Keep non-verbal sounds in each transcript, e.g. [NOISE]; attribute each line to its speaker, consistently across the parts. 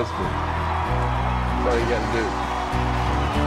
Speaker 1: That's cool. That's all you gotta do.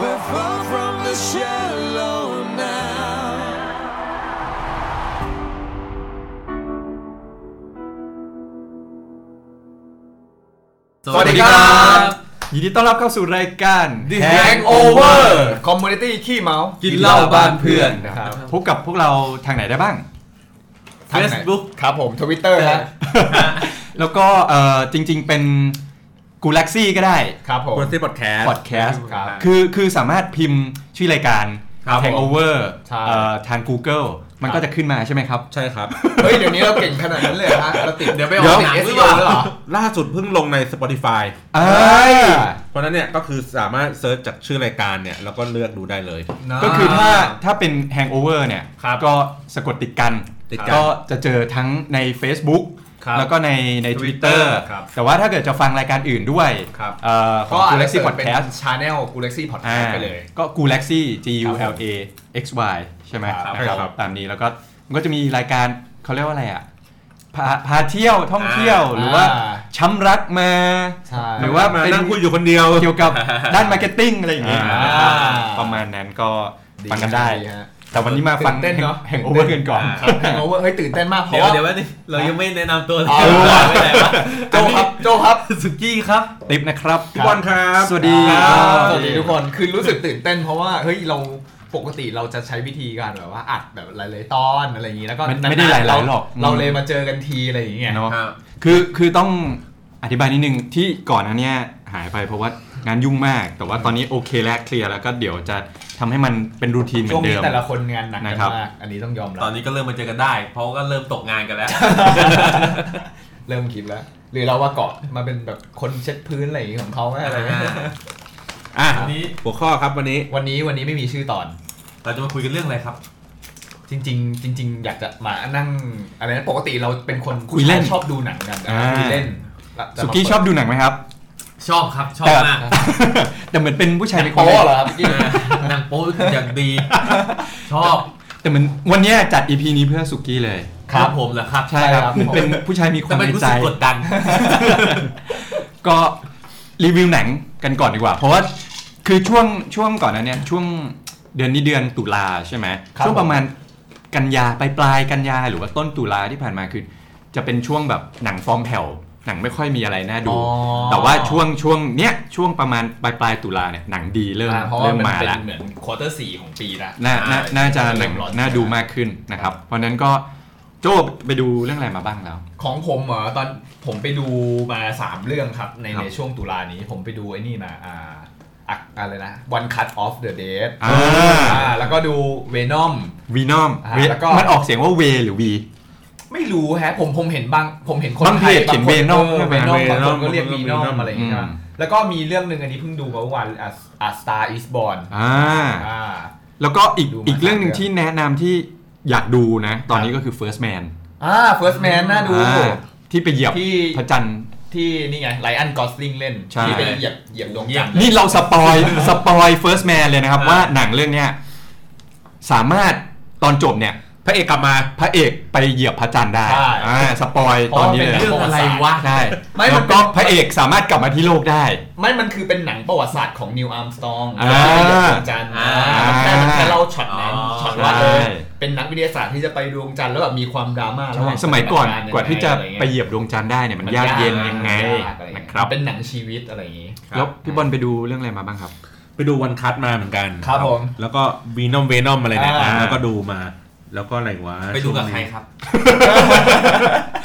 Speaker 2: We're far from the shallow now.
Speaker 3: บ
Speaker 4: ยินดีต้อนรับเข้าสู่รายการ
Speaker 3: The
Speaker 4: Hangover
Speaker 3: Hangover
Speaker 5: คอมมูนิตี้ขี้เมา
Speaker 3: กินเหล้าบ้านเพื่อน
Speaker 4: นะครับพบกับพวกเราทางไหนได้
Speaker 3: [LAUGHS]
Speaker 4: บ้าง
Speaker 5: ทางไหน
Speaker 3: Facebook
Speaker 5: ครับผมทวิตเตอร์ฮะ
Speaker 4: แล้วก็เอ่อจริง ๆ เป็นกูแล็กซี่ก็ได้
Speaker 5: ครับผม
Speaker 3: บนซีพอดแคสต์
Speaker 4: พอดแคสต์
Speaker 5: ครับ
Speaker 4: คือคือสามารถพิมพ์ชื่อรายการ
Speaker 3: ครับ
Speaker 4: Hangover
Speaker 5: ใช่
Speaker 4: เอ่อทาง Google มันก็จะขึ้นมาใช่ไหมครับ
Speaker 3: ใช่ครับ [LAUGHS]
Speaker 5: เฮ้ย เดี๋ยวนี้เราเก่งขนาดนั้นเลยเหรอฮะเราติดเดี๋ยวไปอ
Speaker 3: เดี๋
Speaker 5: อย ก
Speaker 3: ว
Speaker 5: ติด
Speaker 3: หนังหรือ
Speaker 5: SEO
Speaker 3: เปล่า
Speaker 5: แล้วเหรอ
Speaker 3: ล่าสุดเพิ่งลงใน Spotify
Speaker 4: เอ้ย
Speaker 3: เพราะฉะนั้นเนี่ยก็คือสามารถเซิร์ชจากชื่อรายการเนี่ย แล้วก็เลือกดูได้เลย
Speaker 4: ก็คือถ้าถ้าเป็น Hangover เนี่ย
Speaker 5: ครับ
Speaker 4: ก็สะกดติดกัน
Speaker 3: ติดกัน
Speaker 4: ก็จะเจอทั้งใน Facebook
Speaker 5: ครับ
Speaker 4: แล้วก็ในใน Twitter
Speaker 5: ครับ
Speaker 4: แต่ว่าถ้าเกิดจะฟังรายการอื่นด้วย
Speaker 5: ครับ
Speaker 4: เอ่อของ
Speaker 5: ก็
Speaker 4: กู
Speaker 5: อาจ
Speaker 4: แล็
Speaker 5: จะ
Speaker 4: กซี่พ
Speaker 5: เปิ
Speaker 4: อ
Speaker 5: ด
Speaker 4: ด
Speaker 5: เป็น
Speaker 4: แคส
Speaker 5: ชาแนลกูเล็กซี่พอดแคสต์ไปเลย
Speaker 4: ก็ Gulaxy G U L A X Y ใช่ไหม
Speaker 5: ครับ
Speaker 4: นะครับ
Speaker 5: ครับ
Speaker 4: ตามนี้แล้วก็มันก็จะมีรายการเขาเรียกว่าอะไรอ่ะพาพาเที่ยวท่องเที่ยว
Speaker 5: อ่า
Speaker 4: หรือว่า
Speaker 5: อ่า
Speaker 4: ช้ำรักมา
Speaker 5: ใช่
Speaker 4: หรือว่า
Speaker 3: มา
Speaker 4: เป็น
Speaker 3: นั่งคุยอยู่คนเดียว
Speaker 4: เกี่ยว
Speaker 3: [LAUGHS]
Speaker 4: กับ ด้านมาร์เก็ตติ้งอะไรอย่างเงี้ย
Speaker 3: อ่า
Speaker 4: นะครับประมาณนั้นก็ฟังกันได้
Speaker 5: ฮะ
Speaker 4: แต่วันนี้มาฟัง
Speaker 5: ตื่นเต้นเนอะ
Speaker 4: แห่งโอเวอร์กันก่อน
Speaker 5: ครับแฮงโอเวอร์เฮ้ย ตื่นเต้นมากเพ
Speaker 6: เดี๋ยว
Speaker 5: ราะว่า
Speaker 6: เดี๋ยวแป๊บนึงเรายังไม่แนะนำตัวเลย
Speaker 5: เอาละโจครับโจครับ
Speaker 6: สุกี้ครับ
Speaker 4: ติ๊บนะครับ
Speaker 3: พี่บอลครับ
Speaker 4: สวัสดี
Speaker 5: ครับสวัสดี
Speaker 4: ค
Speaker 5: ทุ
Speaker 4: รั
Speaker 5: ก
Speaker 4: บ
Speaker 5: คนคือรู้สึกตื่นเต้นเพราะว่าเฮ้ยเราปกติเราจะใช้วิธีการแบบว่าอัดแบบหลายๆตอนอะไรอย่างนี้แล้วก็
Speaker 4: มันไม่ได้หลายๆ
Speaker 5: เ
Speaker 4: หรอก
Speaker 5: เราเลยมาเจอกันทีอะไรอย่างเงี้ย
Speaker 4: เนาะ คือคือต้องอธิบายนิดนึงที่ก่อนหนั้านเนี่ยหายไปเพราะว่างานยุ่งมาก แต่ว่าตอนนี้โอเคแล้วเคลียร์แล้วก็เดี๋ยวจะทำให้มันเป็นรูทีนเหมื
Speaker 5: ช่ว
Speaker 4: อง นเดิ
Speaker 5: นี้
Speaker 4: ม
Speaker 5: แต่ละคนงานหนักกัน
Speaker 4: นะครับ
Speaker 5: มาก อันนี้ต้องยอมรั
Speaker 6: ต
Speaker 5: บ
Speaker 6: อนนี้ก็เริ่มมาเจอกันได้ เพราะก็เริ่มตกงานกันแล้ว
Speaker 5: เริ่มคิดแล้ว หรือเราว่าเกาะมาเป็นแบบคนเช็ดพื้นอะไรอย่างงี้ของเขาไหมอะไรเงี้ย
Speaker 3: อ่ะ
Speaker 6: วันนี้
Speaker 3: หัวข้อครับวันนี้
Speaker 5: วันนี้วันนี้ไม่มีชื่อตอน
Speaker 6: เราจะมาคุยกันเรื่องอะไรครับ
Speaker 5: จริง ๆ จริง ๆ อยากจะมานั่งอะไรนะปกติเราเป็นคน
Speaker 4: คุยเล่น
Speaker 5: ชอบดูหนังกัน
Speaker 4: อ่า
Speaker 5: คุยเล่น
Speaker 4: สุกี้ชอบดูหนังไหมครับ
Speaker 6: ชอบครับ ชอบ
Speaker 3: [LAUGHS]
Speaker 6: มาก
Speaker 4: แต่เหมือนเป็นผู้ชายเป็นคน
Speaker 5: โป๊ะเหรอครับพี่
Speaker 6: หนังโป๊อย่างดี ชอบ
Speaker 4: แต่เหมือนวันเนี้ยจัด EP นี้เพื่อสุกี้เลย
Speaker 6: ครับผมเหรอครับ
Speaker 4: ใช่ครับเหมือนเป็นผู้ชายมีควา
Speaker 6: แต่
Speaker 4: ม
Speaker 6: มัน
Speaker 4: ใน
Speaker 6: รู้
Speaker 4: ใจ
Speaker 6: สึกกดดัน
Speaker 4: ก็รีวิวหนังกันก่อนดีกว่า เพราะว่าคือช่วงช่วงก่อนนั้นเนี่ยช่วงเดือนนี้เดือนตุลาใช่ไหมช่วงประมาณกันยาปลายปลายกันยาหรือว่าต้นตุลาที่ผ่านมาคือ จะเป็นช่วงแบบหนังฟอร์มแผ่วหนังไม่ค่อยมีอะไรน่าดู
Speaker 5: อ๋อ
Speaker 4: แต่ว่าช่วงช่วงเนี้ยช่วงประมาณปลายปลายตุลาเนี่ยหนังดีเริ่ม
Speaker 5: อ่าเพราะว่า
Speaker 4: เริ่ม
Speaker 5: มัน
Speaker 4: มา
Speaker 5: เป็น
Speaker 4: แล้ว
Speaker 5: เหมือนควอเตอร์สี่ของปีละ
Speaker 4: น่าน่าน่าจะห
Speaker 5: เริ่
Speaker 4: นัง
Speaker 5: มร้อ
Speaker 4: น่าดูมากขึ้นนะครับเพราะฉะนั้นก็โจ้ไปดูเรื่องอะไรมาบ้างแล้ว
Speaker 5: ของผมเหรอตอนผมไปดูมาสามเรื่องครับ ใน
Speaker 4: ครับ
Speaker 5: ในช่วงตุลานี้ผมไปดูไอ้นี่มาอ่าอักอะไรนะ One Cut Off the Dead
Speaker 4: อ่า
Speaker 5: อ่าแล้วก็ดูเวนอม
Speaker 4: วีนอม
Speaker 5: อ่าแล้วก็
Speaker 4: มันออกเสียงว่าเวหรือวี
Speaker 5: ไม่รู้แฮะผมผมเห็นบางผมเห็นคน
Speaker 4: บางเพจเขียน Venom ใช่ไหม
Speaker 5: เวนอม
Speaker 3: Venom
Speaker 5: บางคนก็เรียกวีนอ
Speaker 3: Venom
Speaker 5: มอะไรอย่างเงี้ย
Speaker 4: อืม
Speaker 5: แล้วก็มีเรื่องหนึ่งอันนี้เพิ่งดูมาเมื่อวานอ่ะอ่ะ Star is Born
Speaker 4: อ่า
Speaker 5: อ่า
Speaker 4: แล้วก็อีก
Speaker 5: ดูมา
Speaker 4: อีกเรื่องหนึ่ง
Speaker 5: สามเรื่อง
Speaker 4: ที่แนะนำที่อยากดูนะ ตอนนี้ก็คือ First Man
Speaker 5: อ่า First Man น่าดู
Speaker 4: อ่าที่ไปเหยียบ
Speaker 5: ที่
Speaker 4: พระจันทร์
Speaker 5: ที่นี่ไงไลอันกอสลิงเล่น
Speaker 4: ใช่
Speaker 5: ที่เป็นเหยียบเหยียบดวงจันทร์
Speaker 4: นี่เราสปอยสปอย First Man เลยนะครับ
Speaker 6: อ่า
Speaker 4: ว่าหนังเรื่องเนี้ยสามารถตอนจบเนี่ย
Speaker 3: พระเอกกลับมา
Speaker 4: พระเอกไปเหยียบพระจันทร์ได้อ่าสปอยตอนนี้เลย
Speaker 6: เรื่องอะไรวะ
Speaker 4: ใช่
Speaker 5: ไม่
Speaker 4: แล้
Speaker 5: มั
Speaker 4: วน ก็
Speaker 5: เป็น
Speaker 4: พระเอกสามารถกลับมาที่โลกได้
Speaker 5: ไม่มันคือเป็นหนังประวัติศาสตร์ของนิวอาร์มสตอง
Speaker 4: อ่า
Speaker 5: ที่เป็นเหยียบดวงจันทร์
Speaker 6: อ่า
Speaker 5: อ่าแค่แค่เล่าช็อตนั้น
Speaker 6: อ๋อ
Speaker 5: ช็อตว่าเออ
Speaker 4: ใช่
Speaker 5: เป็นนักวิทยาศาสตร์ที่จะไปดวงจันทร์แล้วแบบมีความดราม่าระหว่าง
Speaker 4: สมัยก่อน
Speaker 5: ปฏิบัติร
Speaker 4: กว่าที่จะ
Speaker 5: ยังงอรเงี้ย
Speaker 4: ไปเหยียบดวงจันทร์ได้เนี่ยมันยากเย็นยังไงนะครับ
Speaker 5: เป็นหนังชีวิตอะไรอย่างนี้
Speaker 4: แล้วพี่บอลไปดูเรื่องอะไรมาบ้างครับ
Speaker 3: ไปดูวันคัทมาเหมือนกัน
Speaker 5: ครับผม
Speaker 3: แล้วก็วีนอมเวนอมอะไรเนี่ย
Speaker 5: อ่า
Speaker 3: แล้วก็ดูมา แล้วก็อะไรวะ
Speaker 6: ไปดูกับ
Speaker 3: ช่วงนี้
Speaker 6: ใครครับ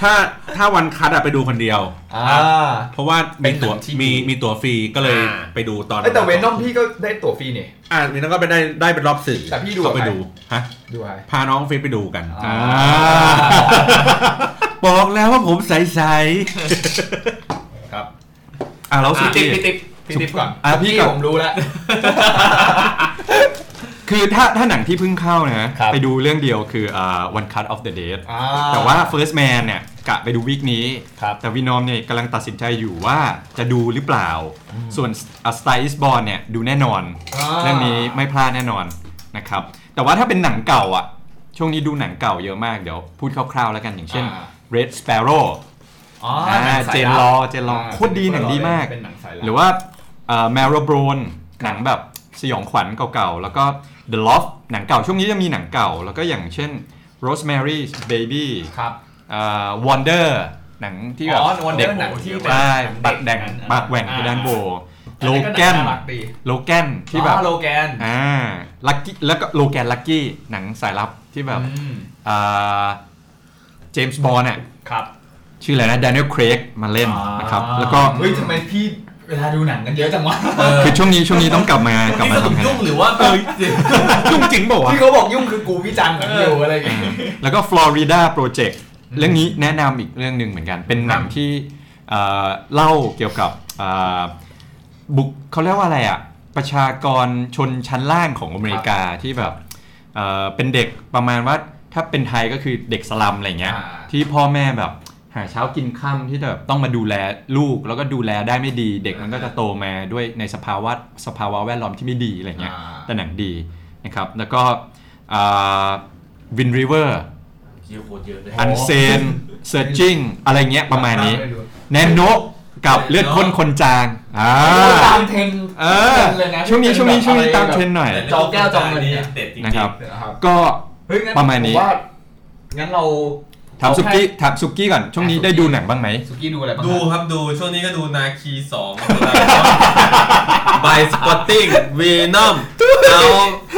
Speaker 3: ถ้าถ้าวันคัทอะไปดูคนเดียว
Speaker 5: อ่า
Speaker 3: เพราะว่ามีตั๋ว
Speaker 5: เป็นหนังที่
Speaker 3: มี
Speaker 5: ดี
Speaker 3: มีตั๋วฟรีก็เลยไปดูตอน
Speaker 5: เอ้ยแต่เวนอมพี่ก็ได้ตั๋วฟรีนี่
Speaker 3: อ่ะเวนอมก็ไปได้ได้เป็นรอบสื่อ
Speaker 5: แต่พี่ดู
Speaker 3: เข้าไป
Speaker 5: กับใคร
Speaker 3: ดูฮะ
Speaker 5: ดูไว้
Speaker 3: พาน้องฟิตไปดูกัน
Speaker 4: อ่า บอกแล้วว่าผมใส
Speaker 5: ครับ
Speaker 4: ๆอ่ะเราสุ
Speaker 5: พี่
Speaker 4: ด
Speaker 5: ติ๊
Speaker 4: ที่
Speaker 5: บพี่ติ๊บพี่ติ๊บก่อน
Speaker 4: อ่ะพี่ก่อน
Speaker 5: ผมรู้แล้ว
Speaker 4: คือถ้าถ้าหนังที่เพิ่งเข้านะครับ ไปดูเรื่องเดียวคืออ่า One Cut of the Dead
Speaker 5: อ่
Speaker 4: แต่ว่า First Man เนี่ยกะไปดูวีคนี้
Speaker 5: ครับ
Speaker 4: แต่วีนอมเนี่ยกำลังตัดสินใจอยู่ว่าจะดูหรือเปล่า ส่วน A Star Is Born เนี่ยดูแน่นอน
Speaker 5: อ่า
Speaker 4: เรื่องนี้ไม่พลาดแน่นอนนะครับ แต่ว่าถ้าเป็นหนังเก่าอ่ะ ช่วงนี้ดูหนังเก่าเยอะมาก เดี๋ยวพูดคร่าวๆแล้วกันอย่างเช่น Red Sparrow
Speaker 5: อ๋อ
Speaker 4: อ่า
Speaker 5: หงสาย
Speaker 4: เจน
Speaker 5: บ
Speaker 4: รอเจนรอโคตรดีหนังดีมาก
Speaker 5: เป็นหนังสายลับ
Speaker 4: หรือว่าแมรโบรนหนังแบบสยองขวัญเก่าๆ แล้วก็ The Loft หนังเก่าช่วงนี้จะมีหนังเก่า แล้วก็อย่างเช่น Rosemary's Baby
Speaker 5: ครับ
Speaker 4: อ่า Wonder หนังที่แบบ
Speaker 5: อ๋อ Wonder
Speaker 4: เด็ก
Speaker 5: หนังที่
Speaker 4: ใช่
Speaker 5: แบบ
Speaker 4: ปากแดง
Speaker 5: หนังเด็ก
Speaker 4: ปากแหว่ง
Speaker 5: อ่า
Speaker 4: ไปด้านโบ
Speaker 5: อั
Speaker 4: โล
Speaker 5: น
Speaker 4: แกน
Speaker 5: น่ารักดี
Speaker 4: โลแกนที่แบบ
Speaker 5: อ๋อโลแกน
Speaker 4: อ่าลักกี้แล้วก็โลแกนลักกี้หนังสายลับที่แบบ
Speaker 5: อืม
Speaker 4: เจมส์บอลน่ะ
Speaker 5: ครับ
Speaker 4: ชื่ออะไรนะแดเนียลครกมาเล่นนะครับแล้วก็
Speaker 5: เฮ้ยทำไมพี่เวลาดูหนังกันเยอะจังวะ
Speaker 4: คือช่วงนี้ช่วงนี้ต้องกลับมากลับ
Speaker 6: นี่
Speaker 4: มา
Speaker 6: สรุป
Speaker 4: ทำงาน
Speaker 6: ยุ่งหรือว่า
Speaker 4: ยุ่งจริงเปล่าวะ
Speaker 5: พี่เขาบอกยุ่งคือกูวิจารณ์หนังอยู่อะไรอย่างเงี้ย
Speaker 4: แล้วก็ Florida Project เรื่องนี้แนะนำอีกเรื่องหนึ่งเหมือนกัน เป็นหนังที่เอ่อเล่าเกี่ยวกับเอ่อบุคเขาเรียกว่าอะไรอ่ะ ประชากรชนชั้นล่างของอเมริกาที่แบบเอ่อเป็นเด็กประมาณว่าถ้าเป็นไทยก็คือเด็กสลัมอะไรเงี้ย
Speaker 5: อ่า
Speaker 4: ที่พ่อแม่แบบหาเช้ากินค่ำที่แบบต้องมาดูแลลูกแล้วก็ดูแลได้ไม่ดี เด็กมันก็จะโตมาด้วยในสภาวะสภาวะแวดล้อมที่ไม่ดีอะไรเงี้ย
Speaker 5: อ่า
Speaker 4: แต่หนังดีนะครับ แล้วก็วินริเวอร์
Speaker 6: เยอะโคตรเยอะเลย
Speaker 4: อันเซนเซ a ร์จิ g งอะไรเงี้ยประมาณนี้ แนนโนะกับเลือดข้นคนจางอ่า
Speaker 5: ตามเทรนด์
Speaker 4: เออ
Speaker 5: เลยนะ
Speaker 4: ช่วงนี้ช่วงนี้ช่วงนี้ตามเทรน
Speaker 5: ด์
Speaker 4: ด์หน่อย
Speaker 5: จอแก้วจอเงินเนี่ย
Speaker 6: เด็ดจริงๆ
Speaker 4: นะครับ
Speaker 5: นะครับ
Speaker 4: ก็
Speaker 5: เฮ้ยงั้น
Speaker 4: ประมาณนี้
Speaker 5: ผว่างั้นเรา
Speaker 4: ถามสุกี้ถามสุกี้ก่อน ช่วงนี้ได้ดูหนังบ้างไหม
Speaker 5: สุกี้ดูอะไรบ้าง
Speaker 6: ดูครับดูช่วงนี้ก็ดูนาคีสองบายสปอตติ้งวีนอมเอา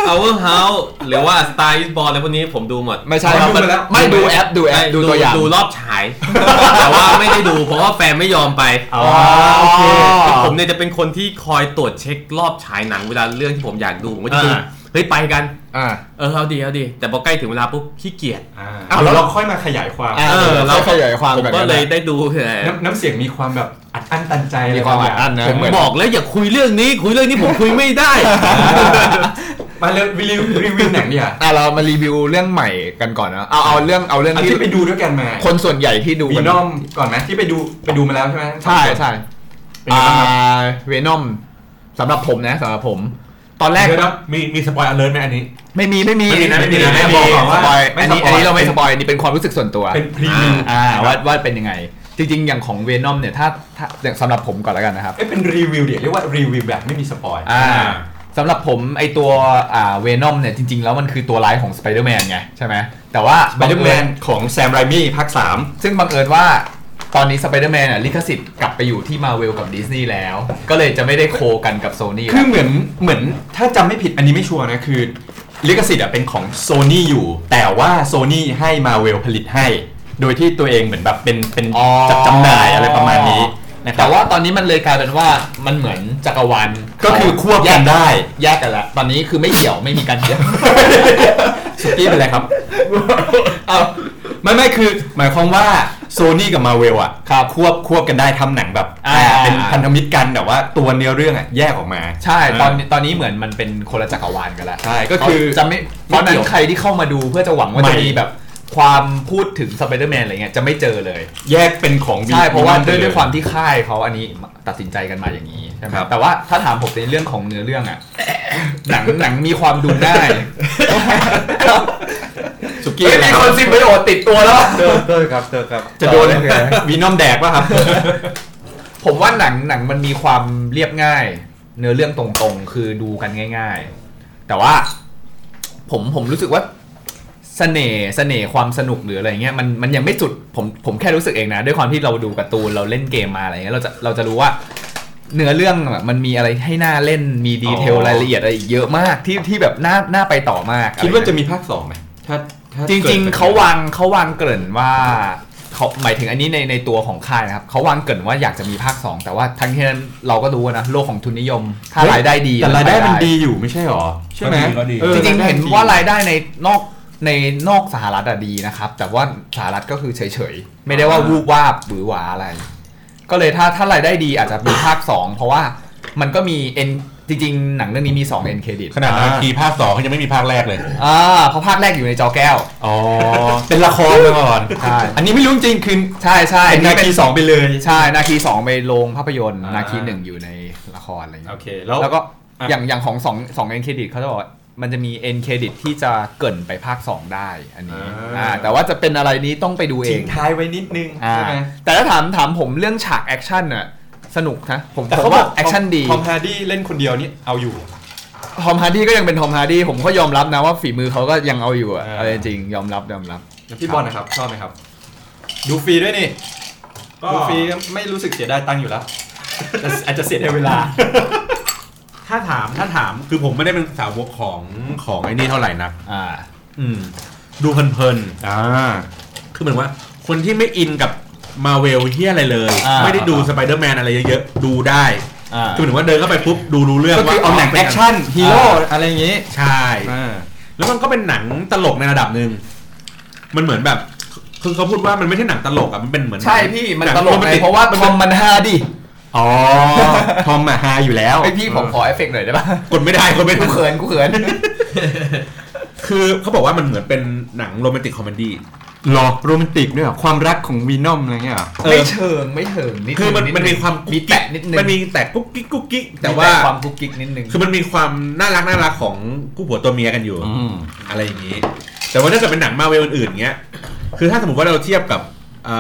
Speaker 6: เอาเฮาหรือว่าสไตล์บอลอะไรพวกนี้ผมดูหมด
Speaker 4: ไม่ใช่ครับ
Speaker 5: ไม่ดูแอปดูแอปดูตัวอย่าง
Speaker 6: ดูรอบฉาย แต่ว่าไม่ได้ดูเพราะว่าแฟนไม่ยอมไป
Speaker 4: อ๋อโอเค
Speaker 6: ผมเนี่ยจะเป็นคนที่คอยตรวจเช็ครอบฉายหนังเวลาเรื่องที่ผมอยากดูผมก็จะดู
Speaker 4: อ่า
Speaker 6: เฮ้ยไปกัน
Speaker 4: อ่า
Speaker 6: เออเอาดีเอาดี แต่พอใกล้ถึงเวลาปุ๊บขี้เกียจ
Speaker 4: อ้าวแล้วเราค่อยมาขยายความ
Speaker 6: เออเรา
Speaker 5: ขยายความ
Speaker 6: ผม
Speaker 5: กัน
Speaker 6: ก็
Speaker 5: นะ
Speaker 6: เลยได้ดูแต่
Speaker 4: น้ำน้ำเสียงมีความแบบอัดอั้นตันใจะไร
Speaker 5: มีความอัดอั้นนะ
Speaker 4: ผม
Speaker 6: ผ
Speaker 4: เหมื
Speaker 6: ม
Speaker 4: อน
Speaker 6: บอกแล้วอย่าคุยเรื่องนี้คุยเรื่องนี้ผมคุยไม่ได้
Speaker 4: มาเร็วรีวิวรีวิวหนังดีกว่า
Speaker 5: อ่ะเรามารีวิวเรื่องใหม่กันก่อนนะเอาเอาเรื่องเอาเรื่อง
Speaker 4: อัน
Speaker 5: ที่
Speaker 4: ที่ไปดูด้วยกันมา
Speaker 5: คนส่วนใหญ่ที่ดู
Speaker 4: วี
Speaker 5: กัน
Speaker 4: นอมก่อนไหมที่ไปดูไปดูมาแล้วใช่ไหม
Speaker 5: ใช่ใช่
Speaker 4: เป็น
Speaker 5: อ่า
Speaker 4: ยังไงบ้างครับ
Speaker 5: เวนอมสำหรับผมนะสำหรับผม ตอนแรก
Speaker 3: เดี๋ยวนะมีมีสปอยล์อเลิร์ไหมอันนี้
Speaker 5: ไม่มีไม่มี
Speaker 4: ไม่มีนะไม่มีนะ
Speaker 5: ไม่
Speaker 4: บ
Speaker 5: มี
Speaker 4: อกก่อน
Speaker 5: ส
Speaker 4: ว่า
Speaker 5: ปอย
Speaker 4: ไม่
Speaker 5: อัน
Speaker 4: สปอย
Speaker 5: นี้อันนี้เราไม่สปอยอันนี่เป็นความรู้สึกส่วนตัว
Speaker 3: เป็นพรีวิว
Speaker 5: อ่าว่าว่าเป็นยังไง จริง ๆ อย่างของเวนอมเนี่ยถ้าถ้าอย่างสำหรับผมก่อนแล้วกันนะครับ
Speaker 4: เอ้ยเป็นรีวิวเดี๋ยวเรียกว่ารีวิวแบบไม่มีสปอย
Speaker 5: อ่าสำหรับผมไอตัวอ่าเวนอมเนี่ยจริง ๆ แล้วมันคือตัวร้ายของสไปเดอร์แมนไงใช่ไหมแต่ว่า
Speaker 4: บัลเดอร์แมนของแซมไรมี่ภาคสาม
Speaker 5: ซึ่งบังเอิญว่าตอนนี้สไปเดอร์แมนอ่ะลิขสิทธิ์กลับไปอยู่ที่มาเวลกับดิสนีย์แล้ว ก็เลยจะไม่ได้โคกันกับโซนี่
Speaker 4: คือเหมือนเหมือนถ้าจำไม่ผิดอันนี้ไม่ชัวร์นะคือลิขสิทธิ์อะเป็นของโซ n y อยู่ แต่ว่าโซ n y ให้มาเวลผลิตให้ โดยที่ตัวเองเหมือนแบบเป็นเป็นจัดจำหน่ายอะไรประมาณนี้นะครับ
Speaker 5: แต่ว่าตอนนี้มันเลยกลายเป็นว่ามันเหมือนจักรวาล
Speaker 4: ก็คือควบกันได้
Speaker 5: แยกกันละตอนนี้คือไม่เหี่ยวไม่มีการเหี่ยว
Speaker 4: [LAUGHS]
Speaker 5: [LAUGHS]
Speaker 4: สุกี้เป็นไรครับ เอาไม่ไม่คือ หมายความว่าโซนี่กับมาเวลอ่ะครับควบควบกันได้ทำหนังแบบ
Speaker 5: อ่า
Speaker 4: เป็นพันธมิตรกันแต่ว่าตัวเนื้อเรื่องอ่ะแยกออกมา
Speaker 5: ใช่ตอนนี้ตอนนี้เหมือนมันเป็นคนละจักรวาลกันแล้ว
Speaker 4: ใช่ก็คือ
Speaker 5: จะไม่เพ
Speaker 4: ไม่
Speaker 5: ราะฉะ
Speaker 4: เกี่ยว
Speaker 5: นั้
Speaker 4: น
Speaker 5: ใครที่เข้ามาดูเพื่อจะหวังว่า
Speaker 4: ไม่
Speaker 5: จะมีแบบความพูดถึงสไปเดอร์แมนอะไรเงี้ยจะไม่เจอเลย
Speaker 4: แยกเป็นของ
Speaker 5: ใช่ เพราะว่าด้วย
Speaker 4: ล
Speaker 5: ด้วยความที่ค่ายเขาอันนี้ตัดสินใจกันมาอย่างนี้ใช่ไหม
Speaker 4: ครับ
Speaker 5: แต่ว่าถ้าถามผมในเรื่องของเนื้อเรื่องอะ [COUGHS] หนังหนังมีความดูได้ [LAUGHS]
Speaker 4: สุกี้
Speaker 5: เฮ้ยมีคนซิมประโยชน์ติดตัวแล้ว
Speaker 3: เตอร์เตอร์ครับเตอร์ครับ
Speaker 4: จะโดนวีนอมแดกป่ะครับ
Speaker 5: ผมว่าหนังหนังมันมีความเรียบง่าย เนื้อเรื่องตรงๆ คือดูกันง่าย ๆ แต่ว่าผมผมรู้สึกว่าเสน่ห์เสน่ห์ความสนุกหรืออะไรเงี้ยมันมันยังไม่จุดผมผมแค่รู้สึกเองนะ ด้วยความที่เราดูการ์ตูนเราเล่นเกมมาอะไรเงี้ยเราจะเราจะรู้ว่า เนื้อเรื่องอะมันมีอะไรให้หน้าเล่นมีดีเทล
Speaker 4: อ๋อ
Speaker 5: รายละเอียดอะไรอีกเยอะมากที่ที่แบบน่าน่าไปต่อมาก
Speaker 4: [LAUGHS] คิดว่า
Speaker 5: อไรเงี้ย
Speaker 4: จะมีภาคสองไหมถ้าถ้า
Speaker 5: จ
Speaker 4: กิด
Speaker 5: ริง
Speaker 4: ป็น
Speaker 5: ๆเขาวางเขาวางเกริ่นว่าเขาหมายถึงอันนี้ในในตัวของค่ายนะครับเขาวางเกริ่นว่าอยากจะมีภาค 2 แต่ว่าทั้งที่นั้นเราก็รู้นะโลกของทุนนิยม ถ้า
Speaker 4: เฮ้ย
Speaker 5: รายได้ดี
Speaker 4: แต่รายได้
Speaker 5: ป
Speaker 4: มันดีอยู่ไม่ใช่หรอ ใช่ไหม
Speaker 3: ก็ดีก็ดี
Speaker 4: ออ
Speaker 5: จริงๆ
Speaker 4: ายได้
Speaker 5: เห็น
Speaker 4: ดี
Speaker 5: ว่ารายได้ในนอก ในนอกสหรัฐอะดีนะครับ แต่ว่าสหรัฐก็คือเฉยๆ ไม่ได้ว่าวูบวาบหรือหวาอะไร ก็เลยถ้าถ้ารายได้ดีอาจจะเป็นภาค 2 เพราะว่ามันก็มีเอ็นจริงๆ หนังเรื่องนี้มี2เอ็นเครดิต
Speaker 7: ขนาดนาคีภาคสองเขายังไม่มีภาคแรกเลย
Speaker 5: อ่าเพราะภาคแรกอยู่ในจอแก้ว
Speaker 4: อ๋อ เป็นละครมาก่อน
Speaker 5: ใช่
Speaker 4: อันนี้ไม่รู้จริงๆคือ
Speaker 5: ใช่ใช่
Speaker 4: เป็นนาคีสองไปเลย
Speaker 5: ใช่ นาคี 2 ไปโรงภาพยนตร์
Speaker 8: อ่า
Speaker 5: นาคี 1 อยู่ในละครอะไรอย่าง
Speaker 4: โอเค
Speaker 5: เงี้ย
Speaker 4: แล้ว
Speaker 5: แล้วก็
Speaker 4: อ่ะ
Speaker 5: อย่างอย่างของ2 2เอ็นเครดิตเขาจะบอกว่ามันจะมีเอ็นเครดิตที่จะเกรินไปภาค 2 ได้อันนี้อ่าแต่ว่าจะเป็นอะไรนี้ต้องไปดูเอ
Speaker 4: ทิ้
Speaker 5: ง
Speaker 4: งท้ายไว้นิดนึง
Speaker 5: อ่า
Speaker 4: ใช่ไหม
Speaker 5: แต่ถ้าถามถามผมเรื่องฉากแอคชั่นน่ะสนุกนะ ผม
Speaker 4: แต่
Speaker 5: ผม
Speaker 4: เขาบอ
Speaker 5: ว่าก แอคชั่นดี
Speaker 4: ทอมฮาร์ดี้เล่นคนเดียวนี่เอาอยู่
Speaker 5: ทอมฮาร์ดี้ก็ยังเป็นทอมฮาร์ดี้ผมก็ยอมรับนะว่าฝีมือเขาก็ยังเอาอยู่อะ
Speaker 4: เออ
Speaker 5: เอะไรจริงๆยอมรับยอมรับ
Speaker 4: แล้วพี่บอลนะครับ ชอบไหมครับ ดูฟรีด้วยนี่
Speaker 8: ก็
Speaker 4: ดูฟรีก็ไม่รู้สึกเสียดายตังค์อยู่แล้วแต่อาจจะเสียดายเวลา
Speaker 7: ถ้าถามถ้าถามคือผมไม่ได้เป็นสาวกของของไอ้นี่เท่าไหร่นัก
Speaker 5: อ่า
Speaker 7: อืม ดูเพลิน
Speaker 4: อ่า
Speaker 7: ๆคือเหมือนว่า คนที่ไม่อินกับมาเวลเฮียอะไรเลย
Speaker 5: อ่า
Speaker 7: ไม่ได้ดูสไปเดอร์แมนอะไรเยอะๆ ดูได้
Speaker 5: อ่า
Speaker 7: คือเหมือนว่าเดินเข้าไปปุ๊บดูรู้เรื่อง
Speaker 4: ก็คือ
Speaker 7: ว่า
Speaker 4: เอาหนังแอคชั่นฮีโร่อะไรอย่างงี้
Speaker 7: ใช่
Speaker 4: อ่า
Speaker 7: แล้วมันก็เป็นหนังตลกในระดับหนึ่ง มันเหมือนแบบ คือเขาพูดว่ามันไม่ใช่หนังตลกอะมันเป็นเหมือน
Speaker 5: ใช่พี่มัน
Speaker 7: หง
Speaker 5: ตลก
Speaker 7: โม
Speaker 5: ไง
Speaker 7: ติ
Speaker 5: เพราะว่าทอมมันฮาดิ
Speaker 4: อ๋อ ทอมมาฮาอยู่แล้ว
Speaker 5: ไอยพี่ผมขอเอฟเฟกต์หน่อยได้ปะ
Speaker 7: กดไม่ได้กดไม่
Speaker 5: กู
Speaker 7: ได้
Speaker 5: เขินกูเขิน
Speaker 7: คือเขาบอกว่ามันเหมือนเป็นหนังโรแมนติกคอมเมดี้
Speaker 4: หรอโรแมนติกด้วยเหรอความรักของวีนอมอะไรเงี้ยเหรอ
Speaker 7: เออ
Speaker 5: ไม่เชิงไม่เชิงนิด
Speaker 7: คือมัน
Speaker 5: ง
Speaker 7: มันมีความ
Speaker 5: มีแตะนิดนึง
Speaker 7: มันมีแต่กุ๊กกิ๊กกุ๊กกิ๊กแต่
Speaker 5: มี
Speaker 7: ว่า
Speaker 5: ความกุ๊กกิ๊กนิดนึง
Speaker 7: คือมันมีความน่ารักน่ารักของคู่ผัวตัวเมียกันอยู่
Speaker 4: อืม
Speaker 7: อะไรอย่างนี้ แต่ว่าถ้าเกิดเป็นหนังมาเวลอื่นๆเงี้ย คือถ้าสมมติว่าเราเทียบกับเอ่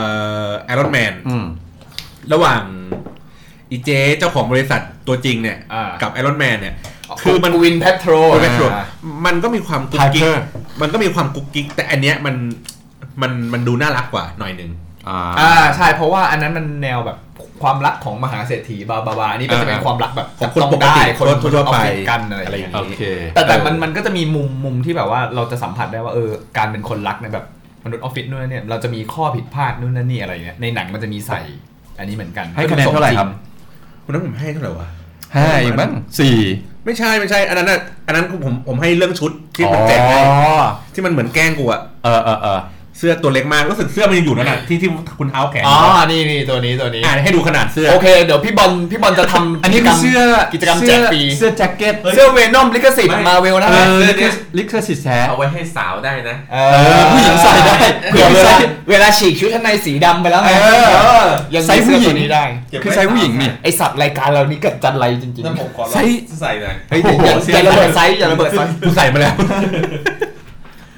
Speaker 7: อไอรอนแมน
Speaker 4: อืม
Speaker 7: ระหว่างอีเจเจ้าของบริษัทตัวจริงเนี่ย
Speaker 5: อ่ากั
Speaker 7: กับไอรอนแมนเนี่ย คือมัน
Speaker 5: วินแพทโร
Speaker 7: โอเว
Speaker 4: วิ
Speaker 7: อน ร์
Speaker 4: อ่า
Speaker 7: มันก็มีความกุ๊กกิ๊ก
Speaker 4: Piper
Speaker 7: มันก็มีความกุ๊กกิ๊ก แต่อันเนี้ยมันมันมันดูน่ารักกว่าหน่อยหนึ่ง
Speaker 4: อ่า
Speaker 5: อ่าใช่เพราะว่าอันนั้นมันแนวแบบความรักของมหาเศรษฐีบาบาบาอันนี้ก็จะเป็น
Speaker 7: อ่า
Speaker 5: ความรักแบบ
Speaker 7: ของคน
Speaker 5: จับต้อง
Speaker 7: ปกติ
Speaker 5: ได้คน
Speaker 7: คนทั่วไป
Speaker 5: เอาผิดกันอะไรอย่าง
Speaker 7: อะไรอย่างเงี้
Speaker 5: เงี้
Speaker 4: โอ
Speaker 7: ย
Speaker 5: ย
Speaker 4: เค
Speaker 5: แต่แต่มัน
Speaker 7: เออ
Speaker 5: มันก็จะมีมุมมุมที่แบบว่าเราจะสัมผัสได้ว่าเออการเป็นคนรักในแบบมนุษย์ออฟฟิศนู่นนนเนี่ยเราจะมีข้อผิดพลาดนู่นนั่นนี่อะไรเนี่ยในหนังมันจะมีใส่อันนี้เหมือนกัน
Speaker 4: ให้คะแนนเท่าไหร่ครับ
Speaker 7: คุณนั้นผมให้เท่าไหร่วะ
Speaker 4: ห้าอีกมั้งสี่
Speaker 7: ไม่ใช่ไม่ใช่ อันนั้นน่ะอันนั้นผมผมให้เรื่องชุดที่มันแจกให้ที่มันเหมือนแกล้งกูอะ
Speaker 4: เออเออเออ
Speaker 7: เสื้อตัวเล็กมากรู้สึกเสื้อมันยังอยู่นั่นน่ะที่ที่คุณเท้าแขน
Speaker 5: อ๋อนี่นี่ตัวนี้ตัวนี้
Speaker 7: อ่านให้ดูขนาดเสื้อ
Speaker 5: โอเค เดี๋ยวพี่บอลพี่บอลจะทำ
Speaker 4: อันนี้คือ
Speaker 5: กิจกรรม
Speaker 4: เสื้อ
Speaker 5: กิจกรรมแจกฟรี
Speaker 4: เสื้อแจ็คเก็ต
Speaker 5: เสื้อเวนอมลิขสิทธิ์มาเวลนะ
Speaker 4: เอ
Speaker 5: ครับ
Speaker 4: อ
Speaker 5: เสื้อ
Speaker 4: ลิขลิขสิทธิ์แท้
Speaker 8: เอาไว้ให้สาวได้นะ
Speaker 5: เอ
Speaker 4: อผู้หญิงใส่ได้
Speaker 5: เผื่อ
Speaker 4: ผู้หญิงใส่
Speaker 5: เวลาเวลาฉีกชุดชั้นในสีดำไปแล้วไง
Speaker 4: เออ
Speaker 5: เออยัง
Speaker 4: ใส่
Speaker 5: ใส่
Speaker 4: ผู้
Speaker 5: ผู้
Speaker 4: ห
Speaker 5: ห
Speaker 4: ญิง
Speaker 5: ญิงนี้ได้
Speaker 8: เก็บไว้
Speaker 4: คือใช้ผู้หญิงนี่
Speaker 5: ไอสัตว์รายการเรานี่กับจันไรจริง
Speaker 8: นั่นผมขอลอง
Speaker 4: ใส่
Speaker 8: ใส่หน่อย
Speaker 5: ๆเฮ้ยอย่าอย่าระเบิดไซส์อย่าระเบิดไซส์
Speaker 7: กูใส่มาแล้ว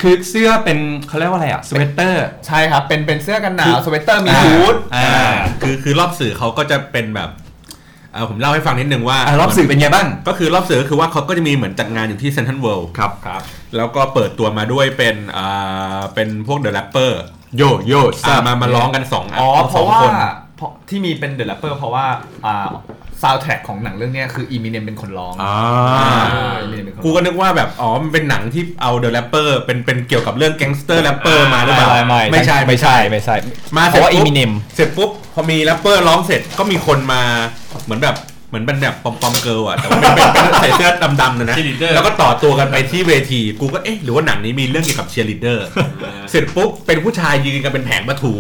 Speaker 4: คือเสื้อเป็นเขาเรียกว่าอะไรอ่ะสเวตเตอร์
Speaker 5: ใช่ครับ เป็นเป็นเสื้อกันหนา
Speaker 7: คื
Speaker 5: ว
Speaker 7: อ
Speaker 5: สเวตเตอร์มี
Speaker 4: อ่า
Speaker 5: ฮูด
Speaker 4: อ่า
Speaker 7: คือคือรอบสื่อเขาก็จะเป็นแบบเออผมเล่าให้ฟังนิดนึงว่า
Speaker 4: อ่ะรอบสื่อเป็นไงบ้าง
Speaker 7: ก็คือรอบสื่อก็คือว่าเขาก็จะมีเหมือนจัดงานอยู่ที่เซนทรัลเวิลด์
Speaker 4: ครับครับ
Speaker 7: แล้วก็เปิดตัวมาด้วยเป็นอ่าเป็นพวกเดอะแรปเปอร์
Speaker 4: โยโย่
Speaker 7: อ่า
Speaker 4: ซา
Speaker 7: มามาร้องกันสอง
Speaker 5: อ๋อ
Speaker 7: น
Speaker 5: เพ
Speaker 7: สอ
Speaker 5: ราะ
Speaker 7: ง
Speaker 5: ว่า
Speaker 7: คน
Speaker 5: เพราะที่มีเป็นเดอะแรปเปอร์เพราะว่าอ่าซาวด์แทร็กของหนังเรื่องเนี้ยคืออีมิเนมเป็นคนร้อง
Speaker 4: อ่า
Speaker 5: อีมิเนมเป็นคน
Speaker 7: กูก็นึกว่าแบบ อ๋อ มันเป็นหนังที่เอาเดอะแรปเปอร์เป็นเป็นเกี่ยวกับเรื่องแก๊งสเตอร์แรปเปอร์มาหรือเปล่าใช่
Speaker 5: ไม่ใช่ไม่ใช่
Speaker 7: มา
Speaker 5: เพ
Speaker 7: เสร็จ
Speaker 5: ราะว่าอี
Speaker 7: ปุ๊บ
Speaker 5: มิเนม
Speaker 7: เสร็จปุ๊บ พอมีแรปเปอร์ร้องเสร็จก็มีคนมาเหมือนแบบเหมือนเป็นแบบปอมปอมเกิร์ลอะแต่ว่าเป็นเป็นเป็นใส่เสื้อดำๆนะนะ
Speaker 8: Cheerleader
Speaker 7: แล้วก็ต่อตัวกันไปที่เวที กูก็เอ๊ะหรือว่าหนังนี้มีเรื่องเกี่ยวกับเชียร์ลีดเดอร์ เสร็จปุ๊บ เป็นผู้ชายยืนกันเป็นแผงประตู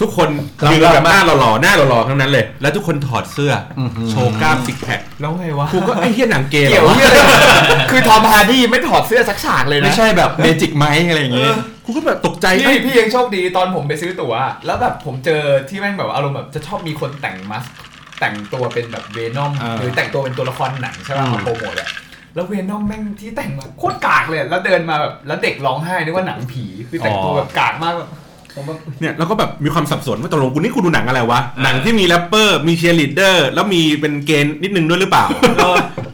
Speaker 7: ทุกคนยืนกันแบบหน้าหล่อๆหน้าหล่อๆทั้งนั้นเลย แล้วทุกคนถอดเสื้ออโชว์กล้ามซิกแพค
Speaker 5: แล้วไงวะ
Speaker 7: กูก็ไอ้เหี้ยหนังเกย์เหร
Speaker 5: เกี่ยว
Speaker 7: อวะ
Speaker 5: เหี้ย [LAUGHS] อะไรคือทอมฮาร์ดี้ไม่ถอดเสื้อสักฉากเลย
Speaker 4: ไม่
Speaker 5: นะ
Speaker 4: ใช่แบบเมจิกไมค์อะไรอย่างงี้
Speaker 7: กูก็แบบตกใจเอ้ย
Speaker 5: พี่พี่ยังโชคดีตอนผมไปซื้อตั๋ว แล้วแบบผมเจอที่แม่งแบบอารมณ์แบบจะชอบมีคนแต่งมัสแต่งตัวเป็นแบบเวนอม
Speaker 4: อ่า
Speaker 5: หรือแต่งตัวเป็นตัวละครหนังใช่ป่ะ
Speaker 4: อืม
Speaker 5: มาโปรโมทอะแล้วเวนอมแม่งที่แต่งมาโคตรกากเลยแล้วเดินมาแบบแล้วเด็กร้องไห้นึกว่าหนังผีคือแต่งตัวแบบกากมากแบบผมแบบ
Speaker 7: เนี่ยเราก็แบบมีความสับสนว่าตกลงกูนี่กูดูหนังอะไรวะ หนังที่มีแรปเปอร์มีเชียร์ลีดเดอร์ แล้วมีเป็นเกณฑ์นิดนึงด้วยหรือเปล่า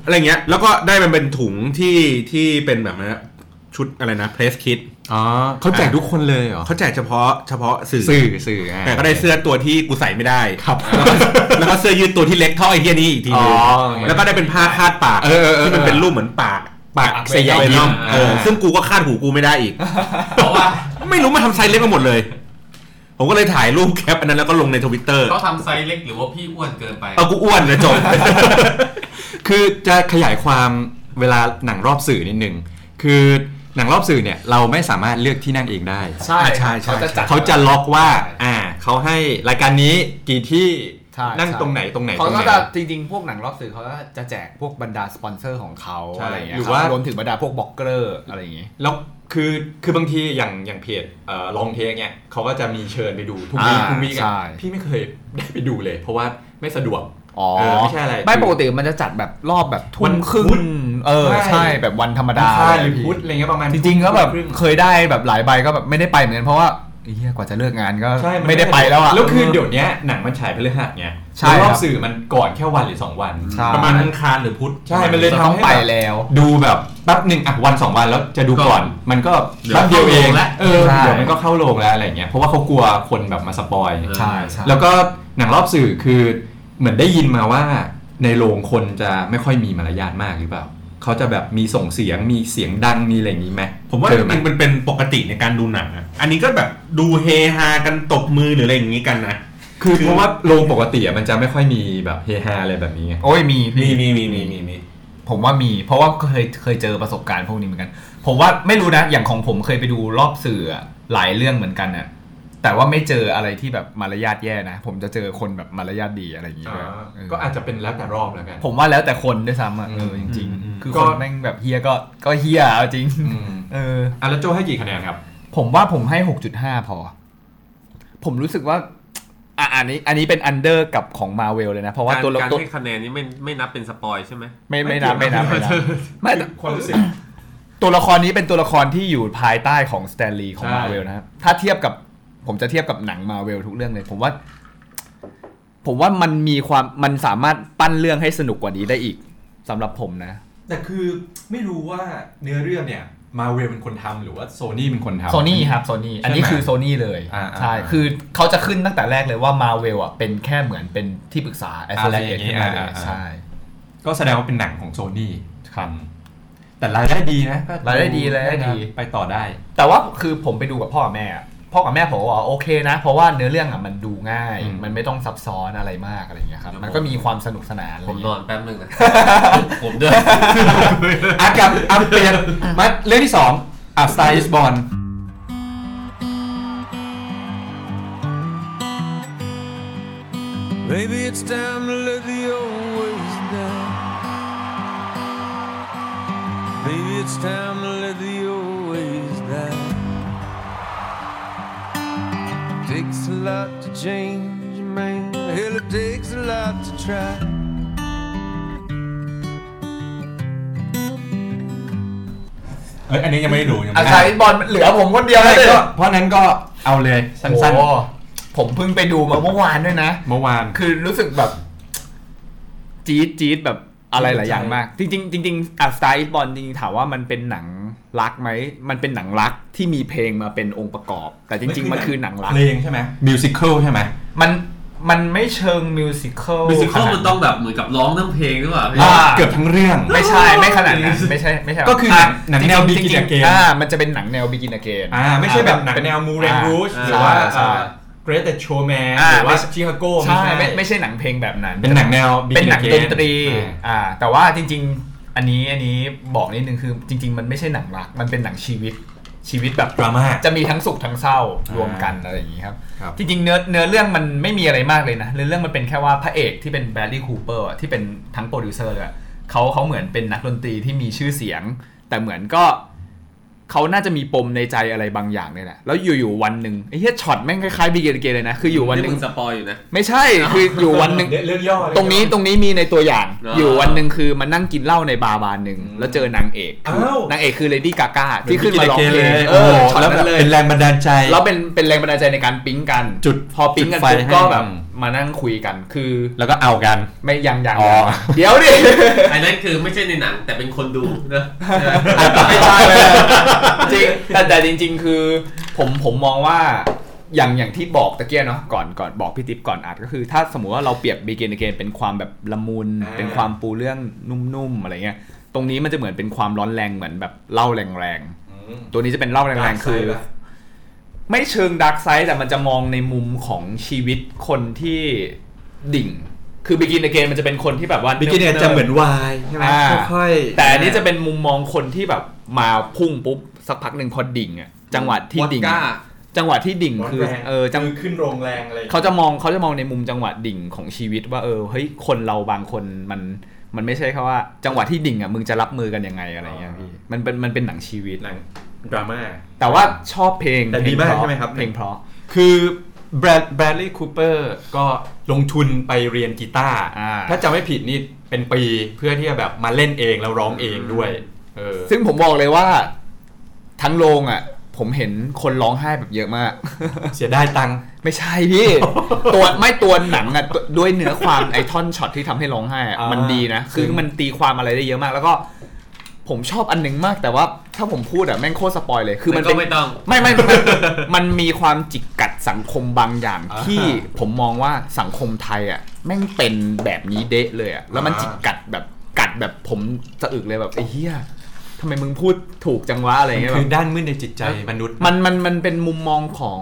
Speaker 7: อะไรเงี้ย แล้วก็ได้มันเป็นถุงที่ที่เป็นแบบนะชุดอะไรนะเพรสคิด
Speaker 4: อ๋อเขาแจกทุกคนเลยเหรอ
Speaker 7: เขาแจกเฉพาะเฉพาะสื่อ
Speaker 4: สื่อสื่ออ่ะ
Speaker 7: แต่ก็ได้เสื้อตัวที่กูใส่ไม่ได้ครับแล้วก็เสื้อยืดตัวที่เล็กเท่าไอ้เฮียนี่อีกที
Speaker 4: อ๋อ
Speaker 7: นึงแล้วก็ได้เป็นผ้าคาดปาก
Speaker 4: เออเออเออ
Speaker 7: ที่มันเป็นรูปเหมือนปาก
Speaker 4: ปากเสีย
Speaker 7: ไอ้
Speaker 4: ยิ้
Speaker 7: น้อ
Speaker 4: ม
Speaker 7: งเออซึ่งกูก็คาดหูกูไม่ได้อีก
Speaker 8: เพราะว่า
Speaker 7: ไม่รู้มาทำไซส์เล็กมาหมดเลย ผมก็เลยถ่ายรูปแคปอันนั้นแล้วก็ลงในทวิตเตอร์
Speaker 8: เขาทำไซส์เล็กหรือว่าพี่อ้วนเกินไป
Speaker 7: เอากูอ้วนเลยจบ
Speaker 4: [LAUGHS] คือจะขยายความเวลาหนังรอบสื่อนิดนึงคือ หนังรอบสื่อเนี่ยเราไม่สามารถเลือกที่นั่งเองได้
Speaker 5: ใช่
Speaker 3: ใช่ใช่
Speaker 5: เขาจะจัด
Speaker 4: เขาจะล็อกว่า อ่า เขาให้รายการนี้กี่ที่
Speaker 5: ใช่
Speaker 4: นั่ง
Speaker 5: ใช่
Speaker 4: ตรงไหนตรงไหน
Speaker 5: เขา
Speaker 4: ตรง
Speaker 5: ก็
Speaker 4: ไหน
Speaker 5: จะจริงๆ พวกหนังรอบสื่อเขาก็จะแจกพวกบรรดาสปอนเซอร์ของเขา
Speaker 4: ใช่
Speaker 5: อะไรอย่างเงี้ย
Speaker 4: หรือ
Speaker 5: คบ
Speaker 4: ว่า
Speaker 5: รวมถึงบรรดาพวกบล็อกเกอร์อะไรอย่างงี้
Speaker 4: แล้วคือคือบางทีอย่างอย่างเพจเอ่อลองเทคเนี่ยเขาก็จะมีเชิญไปดูทุกวีค
Speaker 5: อ่า
Speaker 4: ทุกวีค
Speaker 5: ใช่
Speaker 4: อะพี่ไม่เคยได้ไปดูเลย เพราะว่าไม่สะดวก
Speaker 5: อ๋อ
Speaker 4: เไม่ใช่อะไร
Speaker 5: ไม่ปกติมันจะจัดแบบรอบแบบทุ่
Speaker 4: วั
Speaker 5: ม
Speaker 4: น
Speaker 5: ครึ่ง
Speaker 4: พุธ
Speaker 5: เออ
Speaker 4: ใช่
Speaker 5: ใช่แบบวันธรรม
Speaker 4: ดา
Speaker 5: ดา
Speaker 4: หรือ
Speaker 5: พี่
Speaker 4: พุธอะไรเงี้ยประมาณ
Speaker 5: จริงๆก็แบบ
Speaker 4: ครึ่ง
Speaker 5: เคยได้แบบหลายใบก็แบบไม่ได้ไปเหมือนกันเพราะว่าเฮียกว่าจะเลิกงานก็
Speaker 4: ใช่น
Speaker 5: ไม่ได้ไปแล้วอ่ะ
Speaker 4: แล้วคือเดี๋ยวเนี้ยหนังมันฉายพฤหัสไง
Speaker 5: ใช่
Speaker 4: แล้วรอ
Speaker 5: ครับ บ
Speaker 4: สื่อมันก่อนแค่วันหรือสองวัน
Speaker 5: ใช่
Speaker 3: ประมาณอังคารหรือพุธ
Speaker 4: ใช่มันเลย
Speaker 5: จะ
Speaker 4: ทำ
Speaker 5: ต้อง
Speaker 4: ให้
Speaker 5: ไป
Speaker 4: แบบ
Speaker 5: แล้ว
Speaker 4: ดูแบบแป๊บหนึ่งอ่ะวันสองวันแล้วจะดูก่อน มันก็
Speaker 3: เดี๋ยว
Speaker 4: แป๊บเดียวเอง
Speaker 3: เข้าโรงละ
Speaker 4: เออ
Speaker 5: ใช่
Speaker 4: เดี๋ยวมันก็เข้าโรงแล้วอะไรเงี้ยเพราะว่าเขากลัวคนแบบมาสปอย
Speaker 5: ใช่ใช่
Speaker 4: แล้วก็หนังรอบสื่อคือเหมือนได้ยินมาว่าในโรงคนจะไม่ค่อยมีมารยาทมากหรือเปล่าเขาจะแบบมีส่งเสียงมีเสียงดังมีอะไรอย่างนี้ไหม
Speaker 3: ผมว่า
Speaker 4: เจ
Speaker 3: จ
Speaker 4: อไหม
Speaker 3: ริงๆมันเป็นปกติในการดูหนังอะอันนี้ก็แบบดูเฮฮากันตบมือหรืออะไรอย่างนี้กันนะ
Speaker 4: คือเพราะว่าโรงปกติอะมันจะไม่ค่อยมีแบบเฮฮาอะไรแบบนี้ไง
Speaker 5: โอ้ยมีพี่
Speaker 3: มีมีมีมีมีมี
Speaker 5: ผมว่ามีเพราะว่าเคยเคยเจอประสบการณ์พวกนี้เหมือนกัน ผมว่าไม่รู้นะ อย่างของผมเคยไปดูรอบสื่ออะหลายเรื่องเหมือนกันน่ะแต่ว่าไม่เจออะไรที่แบบมารยาทแย่นะ ผมจะเจอคนแบบมารยาทดีอะไรอย่างเงี้ยเออ
Speaker 4: ก็อาจจะเป็นแล้วแต่รอบแล้วกัน
Speaker 5: ผมว่าแล้วแต่คนด้วยซ้ำอ่ะเออจริง
Speaker 3: อืม
Speaker 5: ๆ คือ
Speaker 4: ก็
Speaker 5: คนแม่งแบบเฮียก็ก็เฮียเอาจริง
Speaker 4: อืม
Speaker 5: เออ
Speaker 4: อ่ะแล้วโจให้กี่คะแนนครับ
Speaker 5: ผมว่าผมให้ 6.5 พอ ผมรู้สึกว่าอ่ะอันนี้ อันนี้เป็นอันเดอร์กับของมาเวลเลยนะ เพราะว่า
Speaker 6: การ
Speaker 5: ตัวละ
Speaker 6: การ
Speaker 5: ตัว
Speaker 6: ให้คะแนนนี้ไม่ไม่นับเป็นสปอยใช่ไหม
Speaker 5: ไม่ไม่นับไม่นับไม่นับไม่แต่
Speaker 4: ความรู้สึก
Speaker 5: ตัวละครนี้เป็นตัวละครที่อยู่ภายใต้ของสแตนลีย์ของ
Speaker 4: ใช่
Speaker 5: มาเวลนะครับ ถ้าเทียบกับผมจะเทียบกับหนังมาเวลทุกเรื่องเลย ผมว่า ผมว่ามันมีความมันสามารถปั้นเรื่องให้สนุกกว่านี้ได้อีกสำหรับผมนะ
Speaker 4: แต่คือไม่รู้ว่าเนื้อเรื่องเนี่ยมาเวลเป็นคนทำหรือว่าโซนี่เป็นคนทำ
Speaker 5: โซนี่ครับโซนี่อันนี้
Speaker 4: ใช่ไหม
Speaker 5: คือโซนี่เลย
Speaker 4: อ่าๆ
Speaker 5: ใช่คือเขาจะขึ้นตั้งแต่แรกเลยว่ามาเวลอ่ะเป็นแค่เหมือนเป็นที่ปรึกษาแอสเซ
Speaker 4: อะไร
Speaker 5: ล
Speaker 4: อ
Speaker 5: เอ็
Speaker 4: ย่าก งงี้
Speaker 5: ขึ้นมาเล
Speaker 4: อ่าย ๆๆ
Speaker 5: ใช่
Speaker 4: ก็แสดงว่าเป็นหนังของโซนี่ครับแต่รายได้ดีนะก็
Speaker 5: รายได้ดีรายได้ดี
Speaker 4: ไปต่อได้
Speaker 5: แต่ว่าคือผมไปดูกับพ่อกับแม่อะพ่อกับแม่ผมก็บอกว่าโอเคนะ เพราะว่าเนื้อเรื่องอ่ะมันดูง่าย
Speaker 4: อืม
Speaker 5: มันไม่ต้องซับซ้อนอะไรมากอะไรอย่างเงี้ยครับ
Speaker 6: ครับ
Speaker 5: มันก็มีความสนุกสนานอะไรอ
Speaker 6: ผมน
Speaker 5: ย่างเงี้ย
Speaker 6: อนแป๊บหนึ่งนะ ผมด้วย
Speaker 4: อากับอัมเปลี่ยนมาเรื่องที่สองอัพสไตล์อิสบอล
Speaker 2: Maybe it's time to let the old ways down. Maybe it's time to let the old ways down. Takes a lot to change, a man. Hell, it takes a lot to try.
Speaker 3: เอ้ยอันนี้ยังไม่ได้ดูยัง
Speaker 5: อา
Speaker 3: ไม่ได้
Speaker 5: ซาอิบอลเหลือผมคนเดียว
Speaker 4: ใช่
Speaker 5: เลย
Speaker 4: ก็เพราะนั้นก็เอาเลยสั้น
Speaker 5: โอ้โหผมเพิ่งไปดูมาเมื่อวานด้วยนะ
Speaker 4: ๆ เมื่อวาน
Speaker 5: คือรู้สึกแบบ จี๊ดจี๊ดแบบอะไรหลายอย่างมาก จริงๆจริงๆอาซาอิบอลจริงๆถามว่ามันเป็นหนังรักไหม มันเป็นหนังรักที่มีเพลงมาเป็นองค์ประกอบ แต่จริง ๆ มันคือหนังรัก
Speaker 4: เพลงใช่ไหมมิวสิควลใช่ไหม
Speaker 5: มันมันไม่เชิงมิวสิควล
Speaker 6: มิวสิควลมันต้องแบบเหมือนกับร้องทั้งเพลงหรือเปล่าพี่
Speaker 5: อ่า
Speaker 4: เกือบทั้งเรื่อง
Speaker 5: ไม่ใช่ไม่ขนาดนั้นไม่ใช่ไม่ใช่
Speaker 4: ก็คือหนังแนว Begin
Speaker 5: จริงๆ
Speaker 4: Again
Speaker 5: อ่ามันจะเป็นหนังแนว Begin Again
Speaker 4: อ่าไม่ใช่แบบหนังแนวมูเรนรูช
Speaker 6: อ่า
Speaker 4: หรือว่า
Speaker 5: ใช่
Speaker 4: เกรทเดชโชแมน
Speaker 5: อ่า
Speaker 4: หรือว่า
Speaker 5: ไม่ใช่
Speaker 4: ชิคาโก
Speaker 5: ใช่ไม่ไม่ใช่หนังเพลงแบบนั้น
Speaker 4: เป็นหนังแนว Begin
Speaker 5: เป็นหนังด
Speaker 4: Again
Speaker 5: นตรี
Speaker 4: อ่า
Speaker 5: อ่า แต่ว่าจริง ๆ อันนี้อันนี้บอกนิดนึงคือ จริง ๆ มันไม่ใช่หนังรัก มันเป็นหนังชีวิต ชีวิตแบบ
Speaker 4: Drama
Speaker 5: จะมีทั้งสุขทั้งเศร้ารวมกันอะไรอย่างนี้ครับ
Speaker 4: ครับ
Speaker 5: จริง ๆ เนื้อเนื้อเรื่องมันไม่มีอะไรมากเลยนะ เนื้อเรื่องมันเป็นแค่ว่าพระเอกที่เป็นแบรดดี้คูเปอร์ที่เป็นทั้งโปรดิวเซอร์เลยอะเขาเขาเหมือนเป็นนักดนตรีที่มีชื่อเสียง แต่เหมือนก็ เขาน่าจะมีปมในใจอะไรบางอย่างเนี่ยแหละ แล้วอยู่ๆวันหนึ่งไอ้เหี้ยช็อตแม่งคล้ายๆบีเกเกเลยนะ คืออยู่วันห
Speaker 6: นี่
Speaker 5: นึ่ง
Speaker 6: มึงสปอยอยู่นะ
Speaker 5: ไม่ใช่ คืออยู่วันหนึ่ง
Speaker 4: เรื่องย่ออะไ
Speaker 5: ตรงนี้ตรงนี้มีในตัวอย่าง
Speaker 6: อ๋ออ
Speaker 5: อยู่วันหนึ่งคือมันนั่งกินเหล้าในบาร์บาร์หนึ่งแล้วเจอนางเอก
Speaker 4: อ้าว
Speaker 5: นางเอกคือเลดี้กากที่ขึ้นมาร้องเพลง
Speaker 4: เอ
Speaker 5: เออ
Speaker 4: อ
Speaker 5: ช็อต
Speaker 4: แล้ว
Speaker 5: นั้นเลย
Speaker 4: เป็นแรงบันดาลใจ
Speaker 5: แล้วเป็นเป็นแรงบันดาลใจในการปิ๊งกัน
Speaker 4: จุด
Speaker 5: พอปิ๊งกั
Speaker 4: จุ
Speaker 5: น
Speaker 4: ดไฟ
Speaker 5: ปุ๊บ
Speaker 4: ให้
Speaker 5: ก็แบบ
Speaker 4: อืม
Speaker 5: มานั่งคุยกันคือ
Speaker 4: แล้วก็เอากัน
Speaker 5: ไม่ยังยัง
Speaker 4: อ๋อ
Speaker 5: เดี๋ยวดิ
Speaker 6: ไอ้นั่นคือไม่ใช่ในหนังแต่เป็นคนดูนะ
Speaker 5: ไม่ใช่เลยจริงแต่แต่จริง ๆ คือ ผมผมมองว่าอย่างอย่างที่บอกตะเกียเนาะก่อนก่อนบอกพี่ติ๊บก่อนอัดก็คือ ถ้าสมมติว่าเราเปรียบ Begin Again เป็นความแบบละมุน
Speaker 4: อ่า
Speaker 5: เป็นความปูเรื่องนุ่มๆอะไรเงี้ยตรงนี้มันจะเหมือนเป็นความร้อนแรงเหมือนแบบเล่าแรงๆ ตัวนี้จะเป็นเล่าแรงๆคือ ไม่เชิงดักไซ d ์แต่มันจะมองในมุมของชีวิตคนที่ดิ่ง คือ Begin Again มันจะเป็นคนที่แบบว่า
Speaker 4: บิกินี่จะเหมือนวายใช่ไหม
Speaker 5: อ่า
Speaker 4: ค่อยๆ
Speaker 5: แต่อันนี้จะเป็นมุมมองคนที่แบบมาพุ่งปุ๊บ สักพักหนึ่งพอดิ่งอะจังหวะที่
Speaker 6: วอด
Speaker 5: ดิ่ง
Speaker 6: ก้า
Speaker 5: จังหวะที่ดิ่งคือเออจัง
Speaker 9: คือขึ้นโรงแรงอะไรอย่างเงี้ย
Speaker 5: เขาจะมองเขาจะมองในมุมจังหวะดิ่งของชีวิตว่าเออเฮ้ยคนเราบางคนมันมันไม่ใช่แค่ว่า จังหวะที่ดิ่งอ่ะมึงจะรับมือกันยังไงอะไรเงี้ยพี่มันเป็นมันเป็นหนังชีวิต
Speaker 9: หนัง ดราม่า
Speaker 5: แต่ว่าชอบเพลง
Speaker 9: แต่
Speaker 5: เพลง
Speaker 9: ดีมาก
Speaker 5: เพะ
Speaker 9: ใช่ไหมครับ
Speaker 5: เพลงเพราะ
Speaker 4: คือแบรดแบรดลีย์คูเปอร์ก็ลงทุนไปเรียนกีตาร์
Speaker 5: อ่า
Speaker 4: ถ้าจำไม่ผิดนี่เป็นปีเพื่อที่จะแบบมาเล่นเองแล้วร้องเองด้วยเออ
Speaker 5: ซึ่งผมบอกเลยว่า ทั้งโรงอ่ะ ผมเห็นคนร้องไห้แบบเยอะมาก
Speaker 4: เสียดายตังค์
Speaker 5: ไม่ใช่พี่ ตัวไม่ตัวหนังอ่ะตัวด้วยเนื้อความไอท่อนช็อตที่ทำให้ร้องไห้อะ
Speaker 4: อ่ามั
Speaker 5: มันดีนะ คือ
Speaker 4: จริง
Speaker 5: มันตีความอะไรได้เยอะมาก แล้วก็ ผมชอบอันหนึงมาก แต่ว่าถ้าผมพูดอ่ะแม่งโคตรสปอยเลยคือมัน
Speaker 6: ก็
Speaker 5: เป็น
Speaker 6: ไม่ต้อง
Speaker 5: ไม่ไม่ไม่ มันมีความจิกกัดสังคมบางอย่าง ที่ผมมองว่าสังคมไทยอ่ะแม่งเป็นแบบนี้เดะเลยอ่ะแล้วมันจิกกัดแบบกัดแบบผมสะอึกเลยแบบไอ้เหี้ยทำไมมึงพูดถูกจังวะอะไร
Speaker 4: มัน
Speaker 5: เงี้ยแบ
Speaker 4: คือบ ด้านมืดในจิตใจมนุษย์
Speaker 5: มันมันมันเป็นมุมมองของ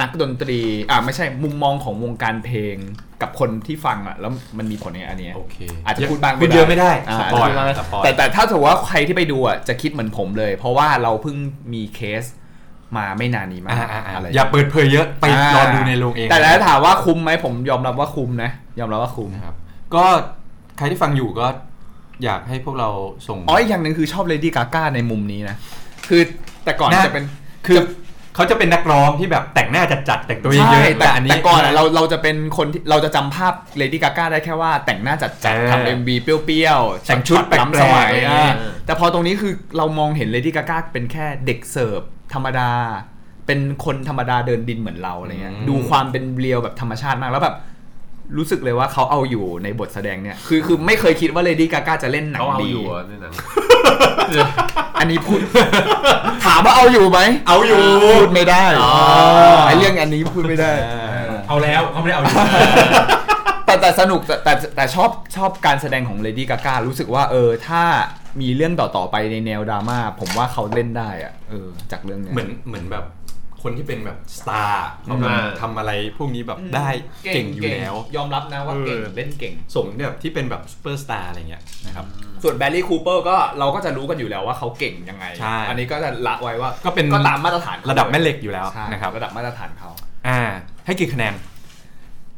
Speaker 5: นักดนตรีอ่ะไม่ใช่มุมมองของวงการเพลงกับคนที่ฟังอ่ะแล้วมันมีผลในอันเนี้ย
Speaker 4: โอเค
Speaker 5: อาจจะพูดบ้าง
Speaker 4: พูดเยอะไม่ได้สปอย
Speaker 5: าจจะ
Speaker 4: ส
Speaker 5: พูด
Speaker 4: ปอ
Speaker 5: บ้าง
Speaker 4: ย
Speaker 5: แต่แต่ถ้าสมมติว่าใครที่ไปดูอ่ะจะคิดเหมือนผมเลย เพราะว่าเราเพิ่งมีเคสมาไม่นานนี้มากอะไร
Speaker 4: อย่าเปิดเผยเยอะไปรอดูในโรงเอง
Speaker 5: แต่แล้วถามว่าคุ้มไหมผมยอมรับว่าคุ้มนะ ยอมรับว่าคุ้ม
Speaker 4: นะครับ ก็ใครที่ฟังอยู่ก็อยากให้พวกเราส่ง
Speaker 5: อ๋ออีกอย่างหนึ่งคือชอบเลดี้กาก้าในมุมนี้นะ คือแต่ก่อน
Speaker 4: นะ
Speaker 5: จะเป็น
Speaker 4: คือเขาจะเป็นนักร้องที่แบบแต่งหน้าจัดจัดๆแต่งตัวเยอะ
Speaker 5: ใช่
Speaker 4: ๆ
Speaker 5: แต่
Speaker 4: อันนี้
Speaker 5: แต่ก่อนอะเราเราจะเป็นคนที่เราจะจำภาพเลดี้กาก้าได้แค่ว่าแต่งหน้าจัดจัด
Speaker 4: เออ
Speaker 5: ทำเอ็มบีเปรี้ยวๆ
Speaker 4: แต่งชุดแปลกๆ
Speaker 5: ล้ำสมัย
Speaker 4: อะไร
Speaker 5: อะ
Speaker 4: เงี้ย
Speaker 5: แต่พอตรงนี้คือเรามองเห็นเลดี้กาก้าเป็นแค่เด็กเสิร์ฟธรรมดา เป็นคนธรรมดาเดินดินเหมือนเราอะไรเงี้ยดูความเป็นเรียวแบบธรรมชาติมากแล้วแบบ รู้สึกเลยว่าเขาเอาอยู่ในบทแสดงเนี่ยคือคือไม่เคยคิดว่าเลดี้กาก้าจะเล่นหนัง
Speaker 6: เขาเอา
Speaker 5: ดี
Speaker 6: อยู่เหรอในหนัง
Speaker 5: อันนี้พูด [LAUGHS] ถามว่าเอาอยู่ไหม
Speaker 4: เอาอยู่
Speaker 5: พูดไม่ได้ไอเรื่องอันนี้พูดไม่ได้
Speaker 9: เอาแล้วเขาไม่ได้เอาอยู่
Speaker 5: แต่แต่สนุกแต่แต่แต่ชอบชอบการแสดงของเลดี้กากรู้สึกว่าเออถ้ามีเรื่องต่อ ๆ ไปในแนวดราม่าผมว่าเขาเล่นได้อะเออจากเรื่องเนี้ย
Speaker 4: เหมือนเหมือนแบบคนที่เป็นแบบสตาร์เขา
Speaker 6: อืม
Speaker 4: ทำอะไรพวกนี้แบบได้เก่งอยู่แล้ว
Speaker 5: ยอมรับนะว่าเก่ง
Speaker 4: เออ
Speaker 5: เล่นเก่ง
Speaker 4: สมแบบที่เป็นแบบซูเปอร์สตาร์อะไรเงี้ยนะครับ
Speaker 5: ส่วนแบร์รี่คูเปอร์ก็เราก็จะรู้กันอยู่แล้วว่าเขาเก่งยังไง
Speaker 4: ใช่
Speaker 5: อันนี้ก็จะละไว้ว่า
Speaker 4: ก็เป็น
Speaker 5: ก็ตามมาตรฐานเขา
Speaker 4: ระดับแม่เหล็กอยู่แล้ว
Speaker 5: ใช่
Speaker 4: นะครับ
Speaker 5: ระดับมาตรฐานเขา
Speaker 4: อ่า ให้กี่คะแนน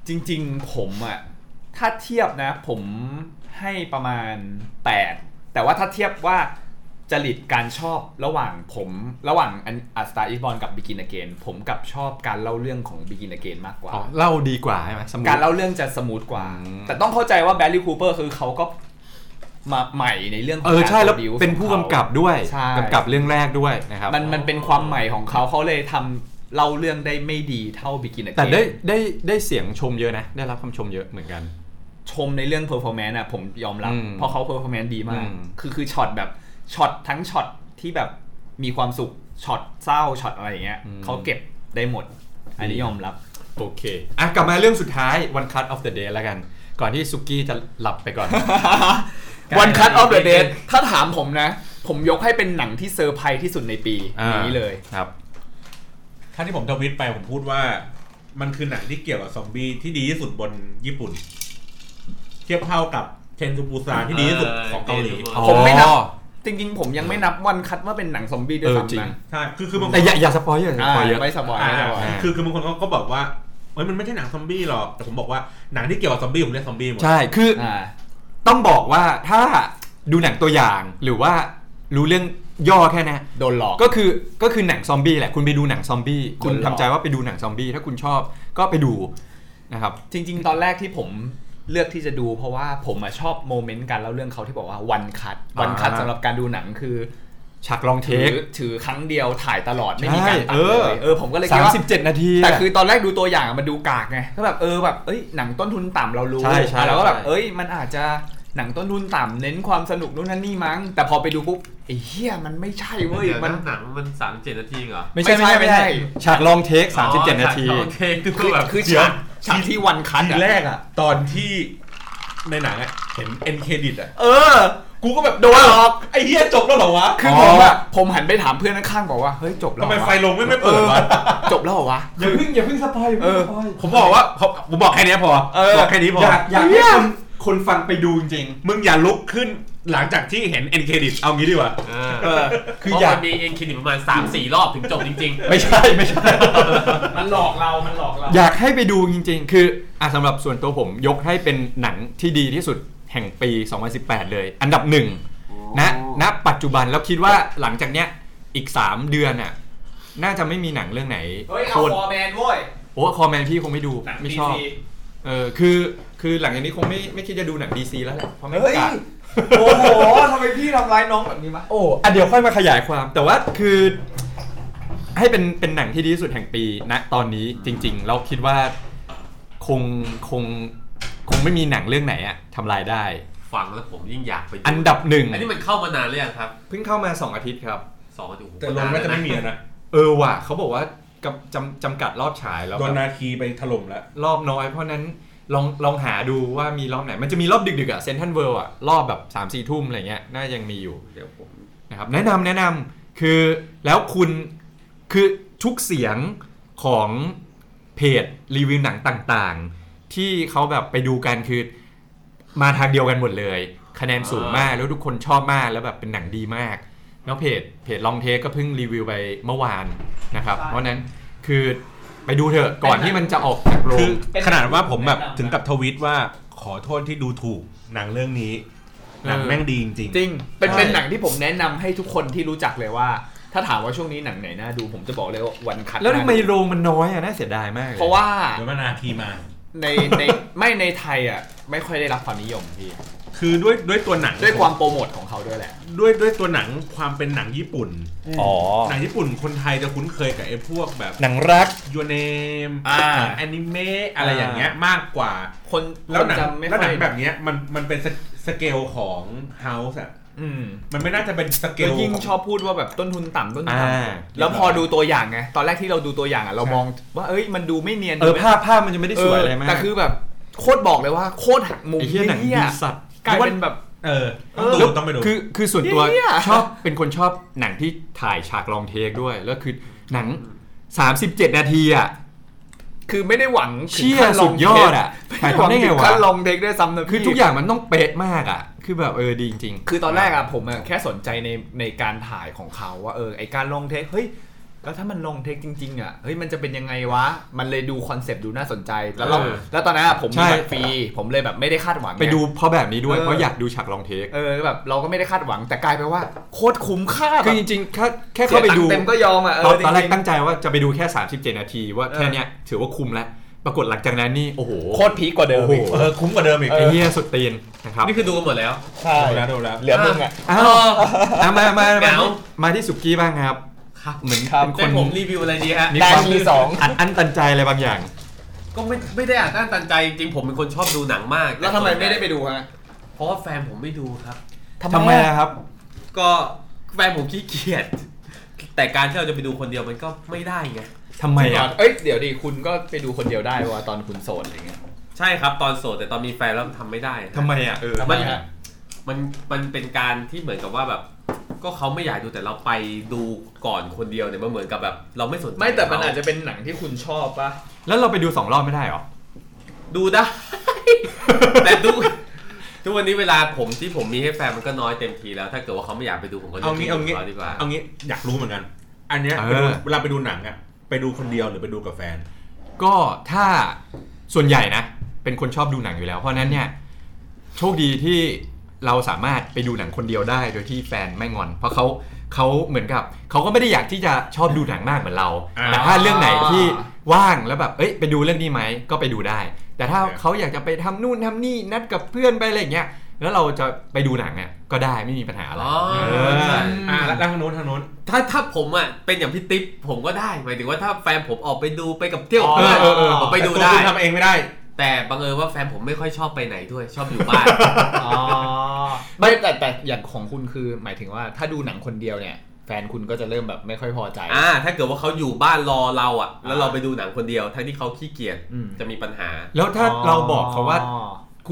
Speaker 5: จริงๆ ผมอะถ้าเทียบนะ ผมให้ประมาณ 8 แต่ว่าถ้าเทียบว่าจริตการชอบระหว่างผมระหว่างอันอัสตาอีบอลกับบิกินเกนผมกับชอบการเล่าเรื่องของบิกินเกนมากกว่า
Speaker 4: อ๋อเล่าดีกว่าใช่ไหมสมมุติ
Speaker 5: การเล่าเรื่องจะสมูทกว่า
Speaker 4: อืม
Speaker 5: แต่ต้องเข้าใจว่าแบร์รี่คูเปอร์คือเขาก็มาใหม่ในเรื่องขง
Speaker 4: เออใช่แล้ว
Speaker 5: การ produce
Speaker 4: เป็นผู้
Speaker 5: ของ
Speaker 4: กำ
Speaker 5: ขา
Speaker 4: กับด้วย
Speaker 5: ใช่
Speaker 4: กำกับเรื่องแรกด้วยนะครับ
Speaker 5: มันมันเป็นความใหม่ของเขาเขาเลยทำเล่าเรื่องได้ไม่ดีเท่าบิกินเกน
Speaker 4: แต่ได้ได้ได้เสียงชมเยอะนะ ได้รับคำชมเยอะเหมือนกัน
Speaker 5: ชมในเรื่องเพอร์ฟอร์แมนซ์อ่ะผมยอมรับ
Speaker 4: อืม
Speaker 5: เพราะเขาเพอร์ฟอร์แมนซ์ดีมาก
Speaker 4: อืม
Speaker 5: คือคือช็อตแบบช็อตทั้งช็อตที่แบบมีความสุขช็อตเศร้าช็อตอะไรอย่างเงี้ยเขาเก็บได้หมด อันนี้ยอมรับ
Speaker 4: โอเค อ่ะ กลับมาเรื่องสุดท้าย one cut of the day แล้วกัน ก่อนที่ซุกี้จะหลับไปก่อน
Speaker 5: One Cut of the Dead ถ้าถามผมนะ ผมยกให้เป็นหนังที่เซอร์ไพรส์ที่สุดในปีนี้เลย
Speaker 4: ครับ
Speaker 3: ถ้าที่ผมทวิตไปผมพูดว่า มันคือหนังที่เกี่ยวกับซอมบี้ที่ดีที่สุดบนญี่ปุ่น เทียบเท่ากับเทนซูปูซาที่ดีที่สุดของเกาหลี
Speaker 6: อ๋อ
Speaker 5: ผมไม่นับ จริงๆ ผมยังไม่นับวันคั t ว่าเป็นหนังซอมบี้ด้วย
Speaker 4: เออจริ
Speaker 5: ซ้ำ
Speaker 4: ง
Speaker 5: นะ
Speaker 3: ใช่คือคือบางค
Speaker 4: แต่
Speaker 3: น
Speaker 4: อย่าอย่าสปอยเยอะอย่าส
Speaker 5: อ่า
Speaker 4: ปอยเยอะ
Speaker 5: ไม่สบอย
Speaker 3: อ่า
Speaker 5: ไม่สบอย
Speaker 4: อ่า
Speaker 3: คือคือบางคนเขาก็บอกว่าเฮ้ยมันไม่ใช่หนังซอมบี้หรอกแต่ผมบอกว่าหนังที่เกี่ยวกับซอมบี้ผมเรียกซอมบี้หมด
Speaker 4: ใช่ คือ
Speaker 5: อ่า
Speaker 4: ต้องบอกว่าถ้าดูหนังตัวอย่างหรือว่ารู้เรื่องย่อแค่นะ
Speaker 5: โดนหลอก
Speaker 4: ก็คือก็คือหนังซอมบี้แหละ คุณไปดูหนังซอมบี้ คุณ
Speaker 5: คนหล
Speaker 4: ทำ
Speaker 5: อก
Speaker 4: ใจว่าไปดูหนังซอมบี้ ถ้าคุณชอบก็ไปดูนะครับ
Speaker 5: จริงๆ ตอนแรกที่ผมเลือกที่จะดู เพราะว่าผมอะชอบโมเมนต์การเล่าเรื่องเขาที่บอกว่าวันคัดวันคัด
Speaker 4: อ่า
Speaker 5: สำหรับการดูหนังคือ
Speaker 4: ฉากลองเท
Speaker 5: ถือ
Speaker 4: ค
Speaker 5: ถือครั้งเดียวถ่ายตลอดไม่มีการตัด
Speaker 4: เอ
Speaker 5: เล
Speaker 4: อ
Speaker 5: ยเออผมก็เลย
Speaker 4: สา
Speaker 5: คิด
Speaker 4: ม
Speaker 5: ว่า
Speaker 4: สิบเจ็ดนาที
Speaker 5: แต่
Speaker 4: อะ
Speaker 5: คือตอนแรกดูตัวอย่างอะมันดูกากไงก็แบบเออแบบเอ้ยหนังต้นทุนต่ำเรารู้
Speaker 4: ใช่ใช่
Speaker 5: แล้วก็แบบ
Speaker 4: ใช่
Speaker 5: เอ้ยมันอาจจะหนังต้นทุนต่ำเน้นความสนุกนู่นนั่นนี่มั้ง แต่พอไปดูปุ๊บไอ้เหี้ยมันไม่ใช่เว้ย
Speaker 6: เดี๋ยว
Speaker 5: มั
Speaker 6: นะ
Speaker 5: น
Speaker 6: หนังมันสามเจ็ดนาทีเหรอ
Speaker 4: ไม่ใช่
Speaker 5: ไม่
Speaker 4: ไม่
Speaker 5: ใช่
Speaker 4: ใช่ไม่ใช่
Speaker 5: ไม่ใช่
Speaker 4: ฉากลองเทคสามสิบเจ็ดนาที
Speaker 6: โอเคคือ
Speaker 5: คือ
Speaker 6: แบบ
Speaker 5: คือฉากฉากที่วันคัด
Speaker 3: ทีแรกอะตอนที่ในหนังอะเห็นเอ็นเครดิตอะ
Speaker 5: เออ
Speaker 3: กูก็แบบโดนหลอกไอ้เหี้ยจบแล้วเหรอวะ
Speaker 5: คือ
Speaker 4: อ๋
Speaker 5: ผ
Speaker 4: อ
Speaker 5: มอะผมหันไปถามเพื่อนข้างๆบอกว่าเฮ้ยจบแล้ว
Speaker 3: ทำไม
Speaker 5: วะ
Speaker 3: ไฟลงไม่ไม่เปิดวะ
Speaker 5: จบแล้วเหรอวะ
Speaker 4: อย่าเพิ่งอย่าเพิ่งสปอยอย่าเพิ่งสปอย
Speaker 3: ผมบอกว่าผมผมบอกแค่เนี้ยพอ
Speaker 5: เออ
Speaker 3: บอกแค่นี้พอ
Speaker 4: อยากอยากให้คน คนฟังไปดูจริง
Speaker 3: มึงอย่าลุกขึ้นหลังจากที่เห็นเอ็นเครดิตเอางี้ดีกว่า
Speaker 7: คืออยากมีเอ็นคินิประมาณ 3-4 รอบถึงจบจริง ๆ
Speaker 4: ไม่ใช่ไม่ใช่
Speaker 7: มันหลอกเรา มันหลอกเรา
Speaker 4: [LAUGHS] อยากให้ไปดูจริงๆ คืออ่ะสำหรับส่วนตัวผมยกให้เป็นหนังที่ดีที่สุดแห่งปี 2018 เลย อันดับหนึ่งนะณปัจจุบันแล้วคิดว่าหลังจากเนี้ยอีก 3 เดือนน่ะน่าจะไม่มีหนังเรื่องไหน
Speaker 7: เฮ้ย เอา
Speaker 4: ตร
Speaker 7: ฟอร์แมนโว้ย
Speaker 4: โอ้คอมเมนพี่คงไม่ดู
Speaker 7: หนัง
Speaker 4: ไม่
Speaker 7: DC
Speaker 4: ชอบเออคือคือหลังจากนี้คงไม่ไม่คิดจะดูหนังดีซีแล้วแหละเพราะไม่
Speaker 5: เฮ้ย
Speaker 4: กล้า
Speaker 5: โอ้โหทำไมพี่ทำร้ายน้องแบบนี้วะ
Speaker 4: โอ้อ่ะเดี๋ยวค่อยมาขยายความ แต่ว่าคือ ให้เป็นเป็นหนังที่ดีที่สุดแห่งปีณตอนนี้จริง ๆ เราคิดว่าคงคงคงไม่มีหนังเรื่องไหนอะทำลายได้
Speaker 7: ฟังแล้วผมยิ่งอยากไป
Speaker 4: อันดับหนึ่ง
Speaker 7: อันนี้มันเข้ามานานหรือยังครับ
Speaker 4: เพิ่งเข้ามา 2 อาทิตย์ครับ
Speaker 7: สองอาทิตย์โอ้โห
Speaker 3: แต่ล
Speaker 7: า
Speaker 3: งน่า
Speaker 7: แล้ว
Speaker 3: จะไม่มีแล้วนะ
Speaker 4: เออว่ะเขาบอกว่ากำจำจำกัดรอบฉายแล้ว
Speaker 3: โดน
Speaker 4: แบบ
Speaker 3: นาคีไปถล่มแล้ว
Speaker 4: รอบน้อยเพราะนั้นลองลองหาดูว่ามีรอบไหน มันจะมีรอบดึกๆอะเซนทันเวิลด์อะรอบแบบ3ามสี่ทุ่มอะไรเงี้ยน่ายังมีอยู่
Speaker 3: เดี๋ยวผม
Speaker 4: นะครับแนะนำแนะนำคือแล้วคุณคือทุกเสียงของเพจรีวิวหนังต่างๆ ที่เขาแบบไปดูกันคือมาทางเดียวกันหมดเลย คะแนนสูงมากแล้วทุกคนชอบมากแล้วแบบเป็นหนังดีมาก แล้วเพจเพจลองเทคก็เพิ่งรีวิวไปเมื่อวานนะครับ เพราะฉะนั้นคือไปดูเถอะก่อนที่มันจะออกจากโร
Speaker 3: คื
Speaker 4: ง
Speaker 3: อขนาดว่าผมแบบถึงกับทวิตว่าขอโทษที่ดูถูกหนังเรื่องนี้ หนังแม่งดีจริง
Speaker 5: จริง เป็น
Speaker 3: ใช่
Speaker 5: เป็นหนังที่ผมแนะนำให้ทุกคนที่รู้จักเลยว่า ถ้าถามว่าช่วงนี้หนังไหนน่าดูผมจะบอกเลยว่าวันคัด
Speaker 4: แล้วทำไม
Speaker 5: น่าดู
Speaker 4: โรงมันน้อยอะน่าเสียดายมากลย
Speaker 5: เพราะว่า
Speaker 3: ๆเดี๋ยวมานาคีมา
Speaker 5: ในในไม่ในไทยอ่ะไม่ค่อยได้รับความนิยมพี่
Speaker 3: คือด้วยด้วยตัวหนัง
Speaker 5: ด้วยความโปรโมทของเขาด้วยแหละ
Speaker 3: ด้วยด้วยตัวหนังความเป็นหนังญี่ปุ่น
Speaker 4: อ๋อ
Speaker 3: หนังญี่ปุ่นคนไทยจะคุ้นเคยกับไอ้พวกแบบ
Speaker 4: หนังรัก
Speaker 3: ยูเนม
Speaker 5: อ่า
Speaker 3: แอนิเมะอะไรอย่างเงี้ยมากกว่า
Speaker 5: คน
Speaker 3: แล้วหนัง
Speaker 5: คนจำไม่
Speaker 3: แล้วห
Speaker 5: ค่
Speaker 3: นั
Speaker 5: อย
Speaker 3: งแบบเนี้ยมันมันเป็นสเกสเกลของเฮาส์อะ
Speaker 5: อืม
Speaker 3: มันไม่น่าจะเป็นสเก
Speaker 5: แล้
Speaker 3: ล
Speaker 5: วยิ่ง
Speaker 3: ของ
Speaker 5: ชอบพูดว่าแบบต้นทุนต่ำต้นทุน
Speaker 4: อ่า
Speaker 5: ต่ำแล้วพอดูตัวอย่างไงตอนแรกที่เราดูตัวอย่างอ่ะเรามองว่าเอ้ยมันดูไม่เนียน
Speaker 4: เออ
Speaker 5: ดูไม่
Speaker 4: ภาพภาพมันจะไม่ได้สวยอะไรมาก
Speaker 5: แต่คือแบบโคตรบอกเลยว่าโคตรหักมุม
Speaker 4: ไอ้เหี้ยหนังดีสัตว์
Speaker 5: กลายเป็นแบบ
Speaker 3: เออต้องดูต้องไปดู
Speaker 4: คือคือส่วนตัว
Speaker 5: เหี้ย
Speaker 4: ชอบเป็นคนชอบหนังที่ถ่ายฉากลองเทคด้วย แล้วคือหนัง 37 นาทีอ่ะ
Speaker 5: คือไม่ได้หวังถึง
Speaker 4: เชี่ย
Speaker 5: ขั้นล
Speaker 4: สุ
Speaker 5: ง
Speaker 4: ดยอดอ่ะ
Speaker 5: เทค
Speaker 4: ถ่า
Speaker 5: ไม่
Speaker 4: ยทำได้
Speaker 5: ได้หวังถึ
Speaker 4: ไง
Speaker 5: ง
Speaker 4: วะ
Speaker 5: ขั้นลงเด็กด้วยซ้ำนะพี่
Speaker 4: คือทุกอย่างมันต้องเป๊ะมากอ่ะ คือแบบเออดีจริง
Speaker 5: คือตอนแรกอะผมอะแค่สนใจในในการถ่ายของเขาว่าเออไอการลองเทคเฮ้ยแล้วถ้ามันลองเทคจริงๆอะเฮ้ยมันจะเป็นยังไงวะ มันเลยดูคอนเซปต์ดูน่าสนใจแล้วเรา
Speaker 4: เออ
Speaker 5: แล้วตอนนั้นอะผมมี
Speaker 4: ใช่
Speaker 5: บัตรฟรีผมเลยแบบไม่ได้คาดหวัง
Speaker 4: ๆ
Speaker 5: ง
Speaker 4: ไปดูเพราะแบบนี้ด้วย
Speaker 5: เออ
Speaker 4: เพราะอยากดูฉากลองเทค
Speaker 5: เออแบบเราก็ไม่ได้คาดหวังแต่กลายไปนว่าโคตรคุ้มค่า
Speaker 4: คือจ
Speaker 5: แบบ
Speaker 4: ริงๆแค่แค่เข้าไปดู
Speaker 5: สียตังค์เต็มก็ยอมอะเอ
Speaker 4: ตอน
Speaker 5: อ
Speaker 4: ตอนแรก
Speaker 5: จ
Speaker 4: ตั้
Speaker 5: ง
Speaker 4: งใจว่าจะไปดูแค่ 37 นาที ว่าแค่เนี้ยถือว่าคุ้มแล้วปรากฏหลังจากนั้นนี่โอ้โห
Speaker 5: ๆโคตรพีคกว่าเดิม
Speaker 4: โอ้โห
Speaker 5: อีก
Speaker 3: เออคุ้มกว่าเดิมอีก
Speaker 4: ไอ้เหี้ยสุดตีนนะครับ
Speaker 7: นี่คือดูกันหมดแล้ว
Speaker 5: ใช่
Speaker 3: ดูแล้วดูแล้ว
Speaker 5: เหลือมึงอะ
Speaker 4: อ้าวอ่ะมามา
Speaker 7: แม
Speaker 4: มาว มาที่สุกี้บ้างครับ
Speaker 7: ครับ
Speaker 4: เหมือน
Speaker 5: ครับ
Speaker 4: เป็
Speaker 7: เป็น
Speaker 4: น
Speaker 7: ผ
Speaker 4: ค
Speaker 7: ม
Speaker 4: น
Speaker 7: รีวิวอะไรดีฮะ
Speaker 5: ได้มือสอง
Speaker 4: อัดอั้นตันใจอะไรบางอย่าง
Speaker 7: ก็ไม่ไม่ได้อ่านต้านตันใจจริงๆผมเป็นคนชอบดูหนังมาก
Speaker 5: แล้วทำไมไม่ได้ไปดูฮะ
Speaker 7: เพราะว่าแฟนผมไม่ดูครับ
Speaker 4: ทำไมอะครับ
Speaker 7: ก็แฟนผมขี้เกียจแต่การที่เราจะไปดูคนเดียวมันก็ไม่ได้ไง
Speaker 4: ทำไมอ่ะ
Speaker 5: เอ้ยเดี๋ยวดิคุณก็ไปดูคนเดียวได้ว่าตอนคุณโสดอะไรเงี้ย
Speaker 7: ใช่ครับตอนโสดแต่ตอนมีแฟนแล้วทำไม่ได้นะ
Speaker 4: ทำไมอ่ะ เออ
Speaker 7: มันมันมันเป็นการที่เหมือนกับว่าแบบ ก็เขาไม่อยากดูแต่เราไปดูก่อนคนเดียวเนี่ยมันเหมือนกับแบบ เราไม่สนใจ
Speaker 5: ไม่แต่มัน
Speaker 7: เข
Speaker 5: อาจจะเป็นหนังที่คุณชอบปะ
Speaker 4: แล้วเราไปดูสองรอบไม่ได้เหรอ
Speaker 7: ดูได้ [LAUGHS] แต่ทุกทุกวันนี้เวลาผมที่ผมมีให้แฟนมันก็น้อยเต็มทีแล้ว ถ้าเกิดว่าเขาไม่อยากไปดูผมก็จะ
Speaker 3: เอางี้เอางี้
Speaker 7: ดูขดีกว่า
Speaker 3: เอางี้อยากรู้เหมือนกัน อันเนี้ย
Speaker 4: เออ
Speaker 3: ไปดูเวลาไปดูหนังอะไปดูคนเดียวหรือไปดูกับแฟน
Speaker 4: ก็ถ้าส่วนใหญ่นะ เป็นคนชอบดูหนังอยู่แล้ว เพราะฉะนั้นเนี่ย โชคดีที่เราสามารถไปดูหนังคนเดียวได้ โดยที่แฟนไม่งอน เพราะเขาเขาเหมือนกับเขาก็ไม่ได้อยากที่จะชอบดูหนังมากเหมือนเรา
Speaker 3: อ่า
Speaker 4: แต่ถ้าเรื่องไหนที่ว่างแล้วแบบเอ้ยไปดูเรื่องนี้ไหมก็ไปดูได้ แต่ถ้า
Speaker 3: โอเค
Speaker 4: เขาอยากจะไปทำนู่นทำนี่นัดกับเพื่อนไปอะไรอย่างเงี้ยแล้วเราจะไปดูหนังเนี่ยก็ได้ไม่มีปัญหาอะไร
Speaker 7: อ๋อ
Speaker 4: เออ
Speaker 3: อ่าแล้วทางโน้นทางโน้น
Speaker 7: ถ้าถ้าผมอ่ะเป็นอย่างพี่ติ๊บผมก็ได้หมายถึงว่าถ้าแฟนผมออกไปดูไปกับเที่ยวกับเพื่อน
Speaker 3: เออเออเออ
Speaker 7: ผมไปดู
Speaker 3: แต่ตัว
Speaker 7: ได้
Speaker 3: คุณทำเองไม่ได้
Speaker 7: แต่บังเอิญว่าแฟนผมไม่ค่อยชอบไปไหนด้วย ชอบอยู่
Speaker 3: [LAUGHS]
Speaker 7: บ้าน
Speaker 5: อ๋อไม่แต่แต่อย่างของคุณคือหมายถึงว่าถ้าดูหนังคนเดียวเนี่ย แฟนคุณก็จะเริ่มแบบไม่ค่อยพอใจ
Speaker 7: อ่า ถ้าเกิดว่าเขาอยู่บ้านรอเราอ่ะ แล้วเราไปดูหนังคนเดียว ทั้งที่เขาขี้เกียจ
Speaker 5: อืม
Speaker 7: จะมีปัญหา
Speaker 4: แล้วถ้าเราบอกเขาว่า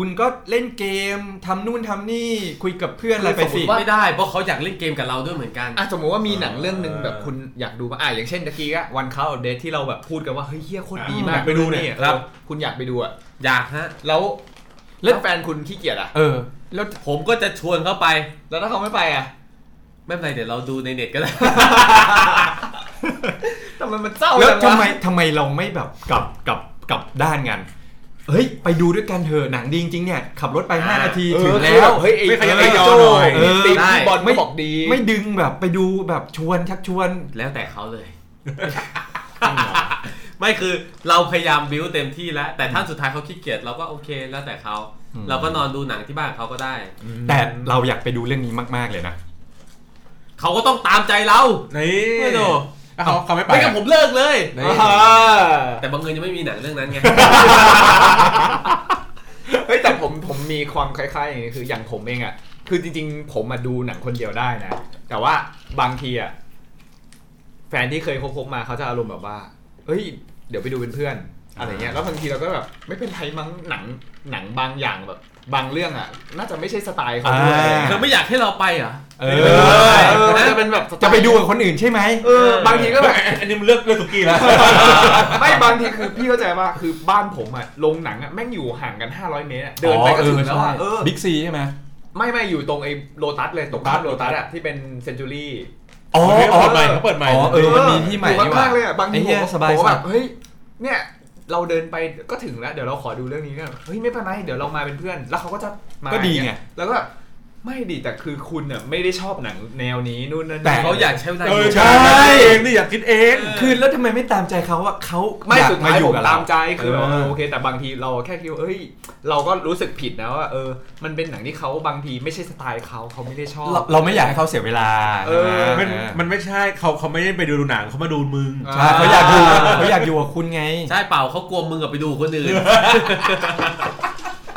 Speaker 4: คุณก็เล่นเกมทำนู่นทำนี่คุยกับเพื่อนอะไรไปสิ
Speaker 7: ไม่ได้เพราะเขาอยากเล่นเกมกับเราด้วยเหมือนกัน
Speaker 5: อ่ะสมมติว่ามีหนังเรื่องหนึ่งแบบคุณอยากดูมาอ่ะอย่างเช่นตะกี้อะวันเข้าเดทที่เราแบบพูดกันว่า เฮ้ยเฮียโคตรดีมา
Speaker 3: อยาก กไปดูเนี่ยครับ
Speaker 5: คุณอยากไปดูอะ
Speaker 7: อยากฮะ
Speaker 5: แล้ว แล้วแฟนคุณขี้เกียจอ่ะ
Speaker 4: เออ
Speaker 5: แล้ว
Speaker 7: ผมก็จะชวนเขาไป
Speaker 5: แล้วถ้าเขาไม่ไปอ่ะ
Speaker 7: ไม่เป็นไรเดี๋ยวเราดูในเน็ตก็ได้
Speaker 5: ทำไมมันเศร้า
Speaker 4: แล้ว
Speaker 5: จัง
Speaker 4: ทำไม
Speaker 5: วะ
Speaker 4: ทำไมเราไม่แบบกลับกลับกลับด้านกันเฮ้ยไปดูด้วยกันเถอะหนังดีจริงๆเนี่ยขับรถไป 5 นาที
Speaker 5: เออ
Speaker 4: ถึง
Speaker 5: คือ
Speaker 4: แล้
Speaker 5: บ
Speaker 4: ว
Speaker 5: บเฮ้ยไอ้
Speaker 3: ไม่ขยับ
Speaker 5: ไอ้
Speaker 3: ไม่ยอม
Speaker 5: โจ้
Speaker 3: หน่อย
Speaker 4: เออ
Speaker 5: ตีม
Speaker 7: ได้
Speaker 5: ที่บอล
Speaker 4: ไม่
Speaker 5: ก็บอกดี
Speaker 4: ไม่ดึงแบบไปดูแบบชวนชักชวน
Speaker 7: [LAUGHS] แล้วแต่เขาเลย [LAUGHS] ไม่คือเราพยายามบิวเต็มที่แล้ว แต่ถ้าสุดท้ายเขาขี้เกียจเราก็โอเคแล้วแต่เขา
Speaker 4: อืม
Speaker 7: เราก็นอนดูหนังที่บ้านเขาก็ได้
Speaker 4: แต่เราอยากไปดูเรื่องนี้มากๆเลยนะ
Speaker 7: เขาก็ต้องตามใจเรา
Speaker 3: นี่
Speaker 7: ไม่โด
Speaker 3: แล้วเขาเขาไม่ไป
Speaker 7: ไม่กับผมเลิกเลย
Speaker 5: อ่า
Speaker 7: [LAUGHS] แต่บังเอิญยังไม่มีหนังเรื่องนั้น [LAUGHS] ไง
Speaker 5: เฮ้ยแต่ผมผมมีความคล้ายๆอย่างนี้คืออย่างผมเองอ่ะ คือจริงๆ ผมมาดูหนังคนเดียวได้นะ แต่ว่าบางทีอ่ะแฟนที่เคยคบๆมาเขาจะอารมณ์แบบว่าเฮ้ย เดี๋ยวไปดูเป็นเพื่อนอะไรเงี้ยแล้วบางทีเราก็แบบไม่เป็นไรมั้งหนังหนังบางอย่างแบบ บางเรื่องอ่ะ น่าจะไม่ใช่สไตล์เขาด้วย
Speaker 4: อ่า
Speaker 7: เธอไม่อยากให้เราไปเหรอ
Speaker 4: เอ
Speaker 5: เอ
Speaker 4: อ
Speaker 5: อเออมันจะเป็นแบบสตล์
Speaker 4: จะไปดูกับคนอื่นใช่ไหม
Speaker 5: เออบางทีก็แบบ
Speaker 3: อันนี้มันเลือกเลือกสุกี้แล้ว
Speaker 5: ไม่บางทีคือพี่เข้าใจว่าคือบ้านผมอะโรงหนังอะแม่งอยู่ห่างกัน 500 เมตรอะเดินไปก็ถึงแล้วอะเออ
Speaker 4: บิ๊กซีใช่ไหม
Speaker 5: ไม่ไม่อยู่ตรงไอ้โลตัสเลยตรงข้ามโลตัสอะที่เป็นเซนจูรี่
Speaker 4: อ๋อ
Speaker 3: เขาเปิดใหม่เขาเปิดใหม่
Speaker 4: อ๋อเออมันมีที่ใหม่
Speaker 5: อยู่
Speaker 4: นี่หว่
Speaker 5: ข้างๆเลยอะบางที
Speaker 4: ไอ้
Speaker 5: ผ
Speaker 4: เหี้ย
Speaker 5: ม
Speaker 4: สบาย
Speaker 5: ผม
Speaker 4: สั
Speaker 5: แบ
Speaker 4: ต
Speaker 5: บ
Speaker 4: ว์
Speaker 5: เฮ้ยเนี่ยเราเดินไปก็ถึงแล้ว เดี๋ยวเราขอดูเรื่องนี้กันเฮ้ยไม่เป็นไรเดี๋ยวเรามาเป็นเพื่อน แล้วเขาก็จะมา
Speaker 4: ก็ดีไง
Speaker 5: แล้วก็แบบไม่ดีแต่คือคุณอะไม่ได้ชอบหนังแนวนี้นู่นนั่น
Speaker 4: แต่
Speaker 5: นี่
Speaker 7: เขาอยากใช้เวลา
Speaker 3: เออ
Speaker 7: อยู่
Speaker 3: ใช่เองนี่อยากคิดเอง
Speaker 4: คือแล้วทำไมไม่ตามใจเขาว่าเขา
Speaker 5: ไม่
Speaker 4: อยาก
Speaker 5: สุด
Speaker 4: มา
Speaker 5: ท้าย
Speaker 4: อยู่
Speaker 5: ผม
Speaker 4: กับเรา
Speaker 5: ตามใจคือแบบ
Speaker 4: เออ
Speaker 5: โอเค แต่บางทีเราแค่คิดว่าเอ้ย เราก็รู้สึกผิดนะว่าเออ มันเป็นหนังที่เขาบางทีไม่ใช่สไตล์เขาเขาไม่ได้ชอบ
Speaker 4: เราเราไม่อยากให้เขาเสียเวลา
Speaker 5: เออ
Speaker 4: ใช่ไห
Speaker 3: มันมันไม่ใช่เขาเขาไม่ได้ไปดูหนังเขามาดูมึง
Speaker 4: ใช่เขาอยากอยู่เขาอยากอยู่กับคุณไง
Speaker 7: ใช่เปล่าเขากลัวมึงกับไปดูคนอื่น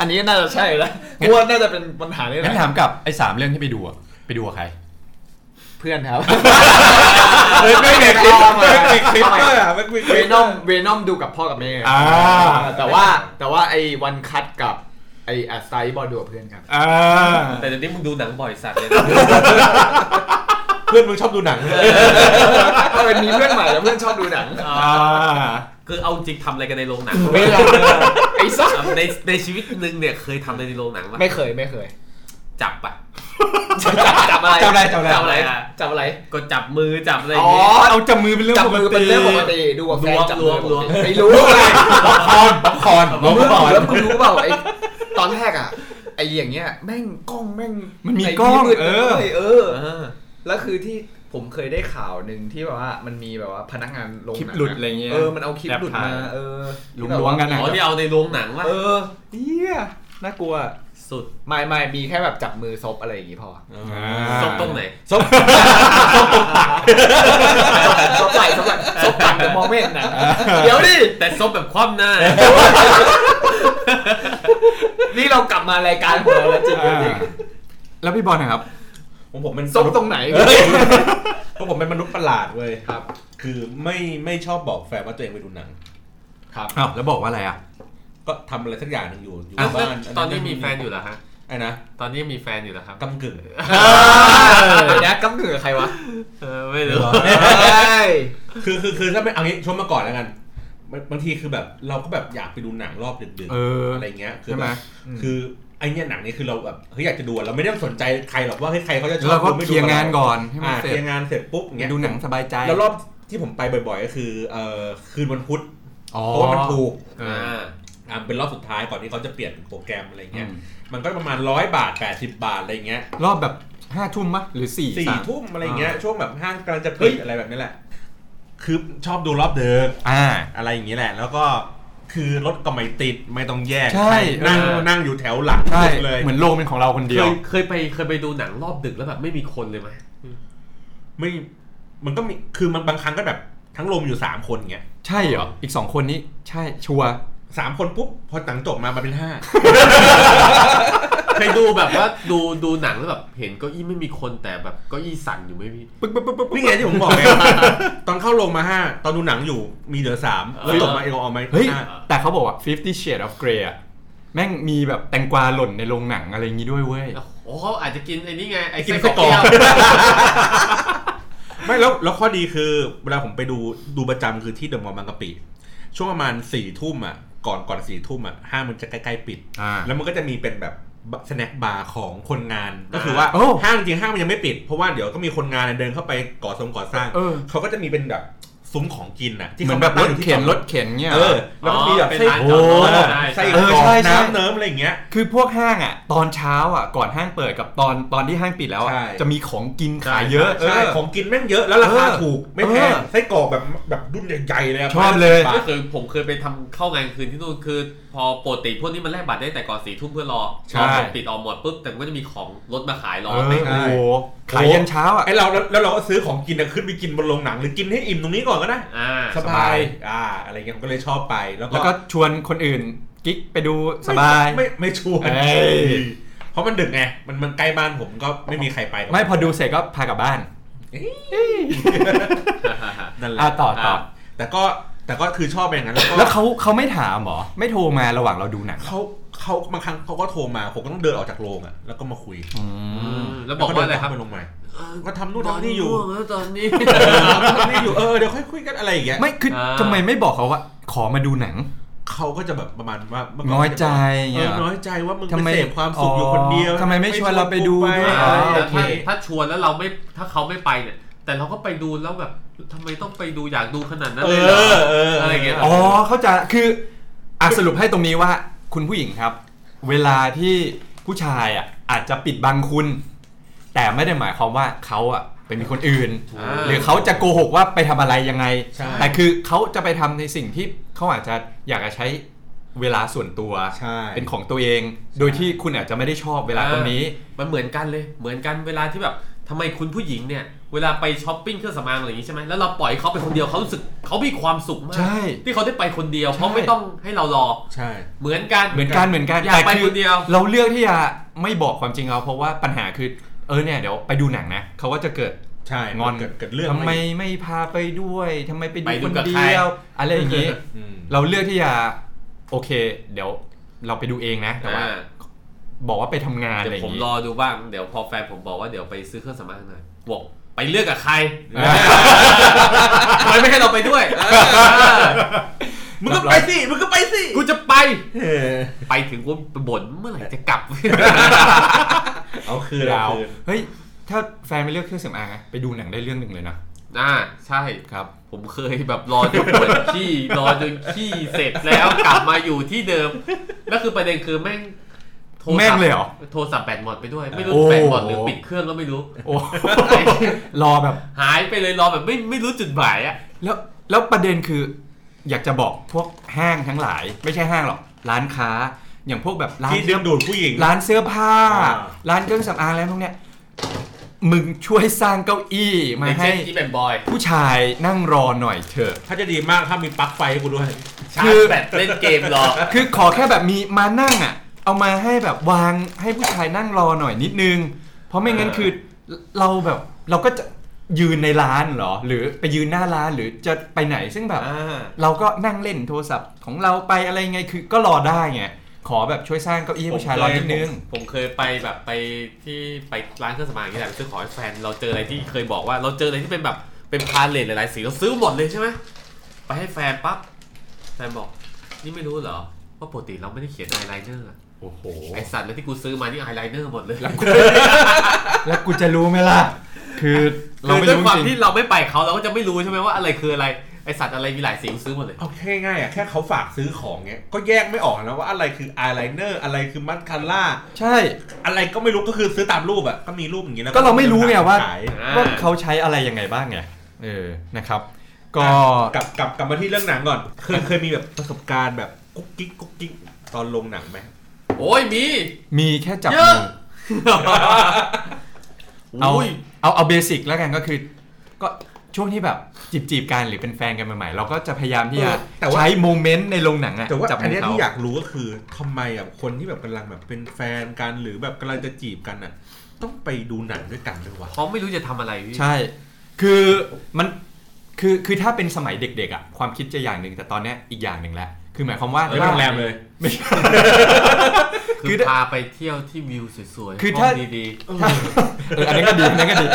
Speaker 5: อันนี้น่าจะใช่แล้วกูว่าน่าจะเป็นปัญหาเนี่ยแห
Speaker 4: งั้น
Speaker 5: ละ
Speaker 4: ถามกลับไอ้สามเรื่องที่ไปดูอะไปดูกับใคร
Speaker 5: เพื่อนครับ
Speaker 3: เออไม่เด็กคลิปไม่เด็กคลิปเลยอ่ะไม่
Speaker 5: เว
Speaker 3: เด็ก
Speaker 5: นอมเวนอมดูกับพ่อกับแม่
Speaker 4: อ่า
Speaker 5: แต่ว่าแต่ว่าไอ้วันคัดกับไอ้อัสไตบอลดูกับเพื่อนครับ
Speaker 4: อ่า
Speaker 7: แต่เดี๋ยวนี้มึงดูหนังบ่อยสัตว์เลย
Speaker 3: [LAUGHS] เพื่อนมึงชอบดูหนัง
Speaker 5: ก็เป็นมีเพื่อนใหม่แล้วเพื่อนชอบดูหนัง
Speaker 4: อ่า
Speaker 7: คือเอาจริงทำอะไรกันในโรงหนัง
Speaker 5: ไม่เลยไอ้สัส
Speaker 7: [LAUGHS] ในในชีวิตหนึ่งเนี่ยเคยทำอะไรในโรงหนังปะ
Speaker 5: ไม่เคยไม่เคย
Speaker 7: จับปะ
Speaker 5: จับจับอะไร
Speaker 4: จับอะไรจับอะไร
Speaker 5: จับอะไรจับอะไร
Speaker 7: ก็จับมือจับอะไรอ
Speaker 5: อ๋
Speaker 7: ย่า
Speaker 5: อง
Speaker 7: งี้
Speaker 4: เอาจับมือเป็นเรื่อง
Speaker 5: จับ
Speaker 4: ปก
Speaker 5: มือ
Speaker 4: ติ
Speaker 5: เป็นเรื่องปกติดูกับแฟน
Speaker 7: ล้วง
Speaker 5: จับ
Speaker 7: ล้วงล้วง
Speaker 5: ไม่รู้อะไร
Speaker 4: คอนป๊อปคอนป๊อป
Speaker 5: มึง
Speaker 4: คอน
Speaker 5: แล้วมึงรู้เปล่าไอ้ [LAUGHS] ตอนแรกอ่ะไอ้อย่างเงี้ยแม่งกล้องแม่ง
Speaker 4: มันมี
Speaker 5: ไ
Speaker 4: กล้อง
Speaker 5: มืด
Speaker 4: เออ
Speaker 5: เออ
Speaker 7: เออ
Speaker 5: แล้วคือที่ผมเคยได้ข่าวหนึ่งที่แบบว่ามันมีแบบว่าพนักงานลง
Speaker 4: คลิป
Speaker 5: หนัง
Speaker 4: หลุดอะไรเงี้ย
Speaker 5: เออมันเอาคลิปหลุด
Speaker 4: แอบถ่าย
Speaker 5: มาเออ
Speaker 4: ลุมล้วงกันนะ
Speaker 7: อ๋อที่เอาในโรงหนังว่า
Speaker 5: เออเหี้ยน่ากลัว
Speaker 7: สุด
Speaker 5: ไม่ไม่มีแค่แบบจับมือซบอะไรอย่างงี้พอ
Speaker 7: ซบตรงไหน
Speaker 5: ซบซบไหล่ซบไหล่ซบปากแต่มองไม่เห็นหนะเดี๋ยวดิ
Speaker 7: แต่ซบแบบคว่ำหน้า
Speaker 5: นี่เรากลับมารายการของเราแล้วจริงจริง
Speaker 4: แล้วพี่บอลนะครับ
Speaker 3: ผมผมเป็น
Speaker 5: ซบตรงไหน
Speaker 3: เพราะผมเป็นมนุษย์ประหลาดเว้ย
Speaker 5: ครับ
Speaker 3: คือไม่ไม่ชอบบอกแฟนว่าตัวเองไปดูหนัง
Speaker 4: อ้าวแล้วบอกว่าอะไรอ่ะ
Speaker 3: ก็ทำอะไรสักอย่างหนึ่งอยู่อยู่
Speaker 7: อ่ะ
Speaker 3: บ้าน
Speaker 7: ตอนนี้มีแฟนอยู่เหรอฮะ
Speaker 3: ไอ้นะ
Speaker 7: ตอนนี้มีแฟนอยู่เหรอครับ
Speaker 3: กำกึ่ง
Speaker 5: เดี๋ยวนะกำเนิดใครวะ
Speaker 7: เออไม่รู้
Speaker 5: เฮ้ย
Speaker 3: คือคือคือถ้าเป็นเอางี้ช่วงเมื่อก่อนแล้วกันมันบางทีคือแบบเราก็แบบอยากไปดูหนังรอบดึก
Speaker 4: เออ
Speaker 3: ๆ
Speaker 4: อ
Speaker 3: อะไรเงี้ยคือ
Speaker 4: ใช่
Speaker 3: แบ
Speaker 4: ไหม
Speaker 3: บคือไอเนี้ยหนังนี้คือเราแบบเฮ้ยอยากจะดูอะเราไม่ได้สนใจใครหรอกว่าเฮ้ยใครเขาจะชอบ
Speaker 4: เราก็
Speaker 3: ดูไม่
Speaker 4: เค
Speaker 3: ดู
Speaker 4: ลียร์งานก่อนให้มัน
Speaker 3: อ่า
Speaker 4: เสร็
Speaker 3: เค
Speaker 4: จ
Speaker 3: ลียร์งานเสร็จปุ๊บ
Speaker 4: ไป
Speaker 3: เงี้ย
Speaker 4: ดูหนังสบายใจ
Speaker 3: แล้วรอบที่ผมไปบ่อยๆ ก็คือเอ่อคืนวันพุธ
Speaker 4: อ๋อ
Speaker 3: เพราะว่ามันถูก
Speaker 4: เออ
Speaker 7: อ่า
Speaker 3: อ่าเป็นรอบสุดท้ายก่อนที่เขาจะเปลี่ยนโปรแกรมอะไรเงี้ย
Speaker 4: อืม
Speaker 3: มันก็ประมาณร้อยบาท 80 บาทอะไรเงี้ย
Speaker 4: รอบแบบห้าทุ่มปะหรือสี่
Speaker 3: สี่
Speaker 4: าม
Speaker 3: ทุ่มอะไรเงี้ยช่วงแบบห้างกำลังจะปิดอะไรแบบนี้แหละ คือชอบดูรอบเดิม
Speaker 4: อ่า
Speaker 3: อะไรอย่างนี้แหละ แล้วก็คือรถก็ไม่ติดไม่ต้องแยก
Speaker 4: ใช่
Speaker 3: นั่ง
Speaker 7: เออ
Speaker 3: นั่งอยู่แถวหลัง
Speaker 4: ใช่
Speaker 3: เลย
Speaker 4: เหมือนโลกเป็นของเราคนเดี
Speaker 7: เค
Speaker 4: ยวย
Speaker 7: เคยไปเคยไปดูหนังรอบดึกแล้วแบบไม่มีคนเลยไหม
Speaker 3: ไม่มันก็มีคือมันบางครั้งก็แบบทั้งลมอยู่สามคนเงี้ย
Speaker 4: ใช่เหรออีกสองคนนี้ใช่ชัวร์
Speaker 3: สามคนปุ๊บพอหนังจบมามันเป็น
Speaker 4: [LAUGHS]
Speaker 3: ห้า
Speaker 7: เคยดูแบบว่าดูดูหนังแล้วแบบเห็นเก้าอี้ไม่มีคนแต่แบบเก้าอี้สั่นอยู่ไม่มี
Speaker 4: ปึ๊กปึ๊กปึ๊กปึ๊ก
Speaker 3: นี่ไงที่ผมบอก
Speaker 4: [LAUGHS]
Speaker 3: ไงตอนเข้าลงมาห้าตอนดูหนังอยู่มีเหลือสามแล้วจบมาเอออกมา
Speaker 4: เฮ้ย
Speaker 3: ห้า
Speaker 4: แต่เขาบอกว่า Fifty Shades of Grey อะแม่งมีแบบแตงกวาหล่นในโรงหนังอะไรอย่างงี้ด้วยเว้ย
Speaker 7: โอ้เขาอาจจะกินไอ้นี่ไงไอ้
Speaker 3: กิน
Speaker 7: ไส้
Speaker 3: ไส้กรอก
Speaker 7: เยว
Speaker 3: ไม่แล้วแล้วข้อดีคือเวลาผมไปดูดูประจำคือที่เดอะมอลล์บางกะปิช่วงประมาณสี่ทุ่มอ่ะ ก่อนก่อนสี่ทุ่มอ่ะห้างมันจะใกล้ๆปิด
Speaker 4: อ่า
Speaker 3: แล้วมันก็จะมีเป็นแบบสแน็คบาร์ของคนงาน ก็คือว่า
Speaker 4: โอ้
Speaker 3: ห้างจริงห้างมันยังไม่ปิด เพราะว่าเดี๋ยวก็มีคนงานเดินเข้าไปก่อทรงก่อสร้าง
Speaker 4: เออ
Speaker 3: ก็จะมีเป็นแบบซุ้มของกินอ่ะที่
Speaker 4: เหมือน
Speaker 3: ขา
Speaker 4: แบบร
Speaker 3: ตั้ง
Speaker 4: ถ
Speaker 3: ยู่ที่
Speaker 4: เข็น
Speaker 3: จอด
Speaker 4: รถเข็นเนี่ย
Speaker 3: เออแล้วก็มีแบบ
Speaker 7: อ๋อเป็น
Speaker 3: ไส้
Speaker 7: ร้าน
Speaker 3: ก
Speaker 7: จอ
Speaker 3: รอ
Speaker 7: ดรถ
Speaker 3: ก
Speaker 7: ได้
Speaker 3: ไส้
Speaker 4: เอก อ
Speaker 3: รอก
Speaker 4: ใช่ใช่
Speaker 3: น้ำเนิ้มอะไรอย่างเงี้ย
Speaker 4: คือพวกห้างอ่ะ ตอนเช้าอ่ะก่อนห้างเปิดกับตอนตอนที่ห้างปิดแล้วอ่ะ
Speaker 3: ใช่
Speaker 4: จะมีของกินขายเยอะเอ
Speaker 3: ใช่
Speaker 4: อ
Speaker 3: ของกินแม่งเยอะแล้วราคา
Speaker 4: เออ
Speaker 3: ถูกไม่แพง
Speaker 4: เออ
Speaker 3: ไส้กรอกแบบแบบรุ่นใหญ่ๆเลยะ
Speaker 4: ชอบเลย
Speaker 3: บา
Speaker 7: ก็
Speaker 3: ท
Speaker 7: คือผมเคยไปทำเข้างานคืนที่นู่นคือ พอปกติพวกนี้มันแลกบัตรได้แต่ก่อนสี่ทุ่มเพื่อรอ
Speaker 4: ใช่
Speaker 7: รอหมดปิดออกหมดปุ๊บแต่มันก็จะมีของรถมาขายร
Speaker 4: เอ
Speaker 7: อ
Speaker 4: อ
Speaker 7: เต็ม
Speaker 4: โอ้โห
Speaker 3: ใช่
Speaker 4: ขายยันเช้าอ่ะ
Speaker 3: ไอเราแล้วแล้วเราก็ซื้อของกินอะขึ้นไปกินบนโรงหนังหรือกินให้อิ่มตรงนี้ก่อนก็ได้
Speaker 7: อ่า
Speaker 3: ส
Speaker 4: ส
Speaker 3: บา
Speaker 4: บาย ย
Speaker 3: อ่า อะไรเงี้ยผมก็เลยชอบไป แล้วก็
Speaker 4: แล้วก็ชวนคนอื่นกิ๊กไปดูสบาย
Speaker 3: ไม่ไม่ไม่ชวน
Speaker 4: เอ้ย
Speaker 3: เพราะมันดึกไง มันมันใกล้บ้านผมก็ไม่มีใครไปหรอก
Speaker 4: ไม่พอดูเสร็จก็พากลับบ้าน
Speaker 3: นั่นแหละ
Speaker 4: อ่ะต่อต่อ
Speaker 3: แต่ก็แต่ก็คือชอบไปอย่างนั้น แล้วก็
Speaker 4: แล้วเขาเขาไม่ถามเหรอ ไม่โทรมาระหว่างเราดูหนัง
Speaker 3: เขาเขาบางครั้งเขาก็โทรมาผมก็ต้องเดินออกจากโรงอ่ะ แล้วก็มาคุย
Speaker 4: อืม
Speaker 7: แล้วบอกว่าอะไรครับ
Speaker 3: เดินเข้ไปโรงใหม่ก็ทำนู่นทำนี่อยู่
Speaker 7: นนง่วงแล้วตอนนี้
Speaker 3: เออทำนี่อยู่ เออ เดี๋ยวค่อยคุยกันอะไรอย่างเงี้ย
Speaker 4: ไม่คือ
Speaker 7: อ่า
Speaker 4: ทำไมไม่บอกเขาว่า ขอมาดูหนัง
Speaker 3: เขาก็จะแบบประมาณว่าเมื่ก่
Speaker 4: น้อยใจ
Speaker 3: เอ
Speaker 4: เงี้ย
Speaker 3: อ
Speaker 4: เหรอ
Speaker 3: น้อยใจว่ามึง
Speaker 4: ทำ
Speaker 3: ไป
Speaker 4: ไม
Speaker 3: เสพความสุขอยู่คนเดียว
Speaker 4: อ๋อทำไมไม่ชวนเราไปดู
Speaker 3: ไป
Speaker 4: ด้วย
Speaker 3: อะไร
Speaker 4: โอ
Speaker 7: แต่
Speaker 4: เค
Speaker 7: ถ้าถ้าชวนแล้วเราไม่ถ้าเขาไม่ไปเนี่ย แต่เราก็ไปดูแล้วแบบทำไมต้องไปดูอยากดูขนาดนั้น
Speaker 3: เอ
Speaker 7: เลยเหรอ
Speaker 3: อเออ
Speaker 7: อะ
Speaker 3: อะไรไร
Speaker 7: อย่างเงี้
Speaker 3: เงี้
Speaker 7: ย
Speaker 3: ย
Speaker 4: อ๋อเข้าใจคืออ่ะสรุปให้ตรงนี้ว่าคุณผู้หญิงครับ เวลาที่ผู้ชายอ่ะอาจจะปิดบังคุณ แต่ไม่ได้หมายความว่าเขาอ่ะไปมีคนอื่น
Speaker 7: อ่า
Speaker 4: หรือเขาจะโกหกว่าไปทำอะไรยังไง
Speaker 3: ใช่
Speaker 4: แต่คือเขาจะไปทำในสิ่งที่เขาอาจจะอยากจะใช้เวลาส่วนตัว
Speaker 3: ใช่
Speaker 4: เป็นของตัวเอง โดยที่คุณอาจจะไม่ได้ชอบเวลาตรงนี้
Speaker 7: มันเหมือนกันเลย เหมือนกันเวลาที่แบบทำไมคุณผู้หญิงเนี่ย เวลาไปช้อปปิ้งเครื่องสำอางอะไรอย่างนี้ใช่ไหมแล้วเราปล่อยเขาไปคนเดียวเขารู้สึกเขามีความสุขมาก
Speaker 4: ใช่
Speaker 7: ที่เขาได้ไปคนเดียว
Speaker 4: ใช่
Speaker 7: เพราะไม่ต้องให้เรารอ
Speaker 3: ใช่
Speaker 7: เหมือนกัน
Speaker 4: เหมือนกันเหมือนกัน
Speaker 7: อยากไป
Speaker 4: แต่
Speaker 7: คนเดียว
Speaker 4: เราเลือกที่จะไม่บอกความจริงเราเพราะว่าปัญหาคือเออเนี่ยเดี๋ยวไปดูหนังนะเขาก็จะเกิด
Speaker 3: ใช่
Speaker 4: งอน
Speaker 3: เกิดเกิดเรื่อง
Speaker 4: ทำไมไม่พาไปด้วยทำไมไปดู
Speaker 7: ไปดู
Speaker 4: คน
Speaker 7: กับใคร
Speaker 4: เดียวอะไรอย่างนี้
Speaker 3: อืม
Speaker 4: เราเลือกที่จะโอเค เดี๋ยวเราไปดูเองนะแต่ว่า
Speaker 7: อ่า
Speaker 4: บอกว่าไปทำงานอะ
Speaker 7: เดี๋
Speaker 4: ไร
Speaker 7: ย
Speaker 4: อ
Speaker 7: วผ
Speaker 4: ย่าง
Speaker 7: ม
Speaker 4: นี้
Speaker 7: รอดูบ้างเดี๋ยวพอแฟนผมบอกว่าเดี๋ยวไปซื้อเครื่องสำอางหน่อยบอกไปเลือกกับใครทำไมไม่ให้เราไปด้วยเออ
Speaker 3: มึงก็ไปสิ มึงก็ไปสิ
Speaker 7: กูจะไป
Speaker 3: เออ
Speaker 7: ไปถึงว่าบ่นเมื่อไหร่จะกลับ
Speaker 3: เอาคืน
Speaker 4: ดา
Speaker 3: เอา
Speaker 4: ว
Speaker 3: คืน
Speaker 4: เฮ้ยถ้าแฟนไม่เลือกเครื่องสำอางนะไปดูหนังได้เรื่องหนึ่งเลยนะ
Speaker 7: อ่าใช่
Speaker 4: ครับ
Speaker 7: ผมเคยแบบรอจนปว
Speaker 4: [LAUGHS]
Speaker 7: ดขี้ รอจนขี้เสร็จแล้วกลับมาอยู่ที่เดิม แล้วคือประเด็นคือแม่งโทรศัพท์
Speaker 4: แม่งเลยเหรอ
Speaker 7: โทรศัพท์แบตหมดไปด้วย ไม่รู้
Speaker 4: โอ้
Speaker 7: แบตหมดหรือปิดเครื่องก็ไม่รู้ [LAUGHS]
Speaker 4: โอ้ [LAUGHS] รอแบบ
Speaker 7: หายไปเลยรอแบบไม่ไม่รู้จุดหมายอะ
Speaker 4: แล้วแล้วประเด็นคืออยากจะบอกพวกห้างทั้งหลาย ไม่ใช่ห้างหรอก ร้านค้าอย่างพวกแบบร้าน
Speaker 3: ที่ดึงดูดผู้หญิง
Speaker 4: ร้านเสื้อผ้า
Speaker 3: อ่า
Speaker 4: ร้านเครื่องสำอางแล้วพวกเนี้ยมึงช่วยสร้างเก้าอี้มา
Speaker 7: อย่าง
Speaker 4: ให้
Speaker 7: เช่นที่แบนบอย
Speaker 4: ผู้ชายนั่งรอหน่อยเถอะ
Speaker 3: ถ้าจะดีมากถ้ามีปลั๊กไฟให้กูด้วย
Speaker 7: ชา
Speaker 4: คื
Speaker 7: ร์
Speaker 4: อ
Speaker 7: จแบตเล่นเกมรอ
Speaker 4: คือขอแค่แบบมีมานั่งอ่ะ เอามาให้แบบวางให้ผู้ชายนั่งรอหน่อยนิดนึง เพราะไม่งั้นคือเราแบบเราก็จะยืนในร้านเหรอ หรือไปยืนหน้าร้านหรือจะไปไหนซึ่งแบบ
Speaker 7: อ่า
Speaker 4: เราก็นั่งเล่นโทรศัพท์ของเราไปอะไรไงคือก็รอได้ไงขอแบบช่วยสร้างเก้าอี้ให้ผู้ชายรอนิดนึง
Speaker 7: ผมเคยไปแบบไปที่ไปร้านเครื่องสำอางอย่างนี้แหละไปซื้อของให้แฟนเราเจออะไรที่เคยบอกว่า เราเจออะไรที่เป็นแบบเป็นพาเลทหลายๆสีเราซื้อหมดเลยใช่ไหมไปให้แฟนปั๊บแฟนบอกนี่ไม่รู้เหรอว่าปกติเราไม่ได้เขียนไอไลเนอร์อะ
Speaker 4: โอ้โห
Speaker 7: ไอสัตว์เลยที่กูซื้อมานี่ไอไลเนอร์หมดเลย
Speaker 4: แล้วกูจะรู้ไหมล่ะ คือเรา
Speaker 7: คือ
Speaker 4: ไม่
Speaker 7: ด้วย
Speaker 4: รู้
Speaker 7: ความ
Speaker 4: จริ
Speaker 7: ที่
Speaker 4: ง
Speaker 7: เราไม่ไปเขาเราก็จะไม่รู้ใช่ไหมว่าอะไรคืออะไรไอสัตว์อะไรมีหลายสีกูซื้อหมดเลย
Speaker 3: เอาแค่ง่ายๆอ่ะแค่เขาฝากซื้อของเงี้ย ก็แยกไม่ออกนะว่าอะไรคืออายไลเนอร์อะไรคือมัสคาร่า
Speaker 4: ใช่
Speaker 3: อะไรก็ไม่รู้ก็คือซื้อตามรูปอ่ะ ก็มีรูปอย่างนี้แล้ว
Speaker 4: ก็เราไม่รู้ไงว่า
Speaker 3: ขย
Speaker 7: อ่า
Speaker 4: ว่าเขาใช้อะไรยังไงบ้างไงเออนะครับ ก็
Speaker 3: กลับกลับกลับมาที่เรื่องหนังก่อน เคยเคยมีแบบประสบการณ์แบบกุ๊กกิ๊กกุ๊กกิ๊กตอนลงหนังไหม
Speaker 7: โอ้ยมี [LAUGHS]
Speaker 4: มีแค่จับ
Speaker 7: เย
Speaker 4: มื
Speaker 7: อะ
Speaker 4: อเอา
Speaker 7: อุ้ย
Speaker 4: เอาเอาเบสิกแล้วกันก็คือ ก็ช่วงที่แบบจีบจีบๆกันหรือเป็นแฟนกันใหม่ๆเราก็จะพยายามที่จะ
Speaker 3: เออแต่ว่า
Speaker 4: ใช้โมเมนต์ในโรงหนังอะ
Speaker 3: แต่ว่า
Speaker 4: จับมื
Speaker 3: อันเนี้ย
Speaker 4: เขา
Speaker 3: ที่อยากรู้ก็คือทำไมอ่ะคนที่แบบกำลังแบบเป็นแฟนกันหรือแบบกำลังจะจีบกันอ่ะ ต้องไปดูหนังด้วยกันด้วยวะ
Speaker 7: เขาไม่รู้จะทำอะไรพี่
Speaker 4: ใช่ คือมัน คือ คือถ้าเป็นสมัยเด็กๆอ่ะ ความคิดจะอย่างหนึ่งแต่ตอนเนี้ยอีกอย่างหนึ่งแล้ว คือหมายความว่า
Speaker 3: ไปโรงแรมเลย
Speaker 7: คือพาไปเที่ยวที่วิวสวยๆ
Speaker 4: คือ
Speaker 7: ห้
Speaker 4: ถ้า
Speaker 7: องดี
Speaker 4: ถ้าเอออันนั้นก็
Speaker 3: [LAUGHS]
Speaker 4: ดี อันนั้นก็ดี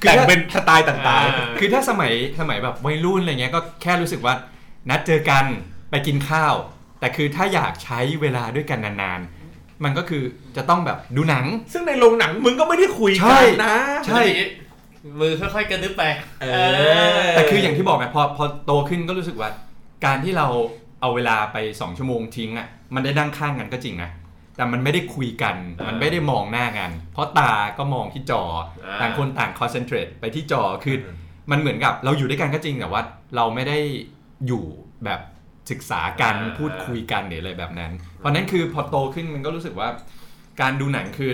Speaker 4: คือ
Speaker 3: แต่ง
Speaker 4: ถ้า
Speaker 3: เป็นสไตล์
Speaker 7: ๆ
Speaker 3: ต่าง
Speaker 7: อ่า
Speaker 4: คือถ้าสมัย สมัยแบบวัยรุ่นอะไรเงี้ย ก็แค่รู้สึกว่า นัดเจอกัน ไปกินข้าว แต่คือถ้าอยากใช้เวลาด้วยกันนานๆ มันก็คือจะต้องแบบดูหนัง
Speaker 9: ซึ่งในโรงหนังมึงก็ไม่ได้คุยกั
Speaker 4: ใช่
Speaker 9: นนะ
Speaker 4: ใช่
Speaker 7: มือค่อยๆกระดึ๊บไป เออ
Speaker 4: แต่คืออย่างที่บอกไงพอพอโตขึ้นก็รู้สึกว่า การที่เราเอาเวลาไป 2 ชั่วโมงทิ้งอ่ะมันได้นั่งข้างกันก็จริงนะแต่มันไม่ได้คุยกัน
Speaker 7: เออ
Speaker 4: มันไม่ได้มองหน้ากัน เพราะตาก็มองที่จอ
Speaker 7: อ่า
Speaker 4: ต่างคนต่างคอนเซนเทรตไปที่จอคืออมันเหมือนกับเราอยู่ด้วยกันก็จริงแต่ว่าเราไม่ได้อยู่แบบศึกษากันพูดคุยกันหรืออะไรแบบนั้น เพราะฉะนั้นคือพอโตขึ้นมันก็รู้สึกว่า การดูหนังคือ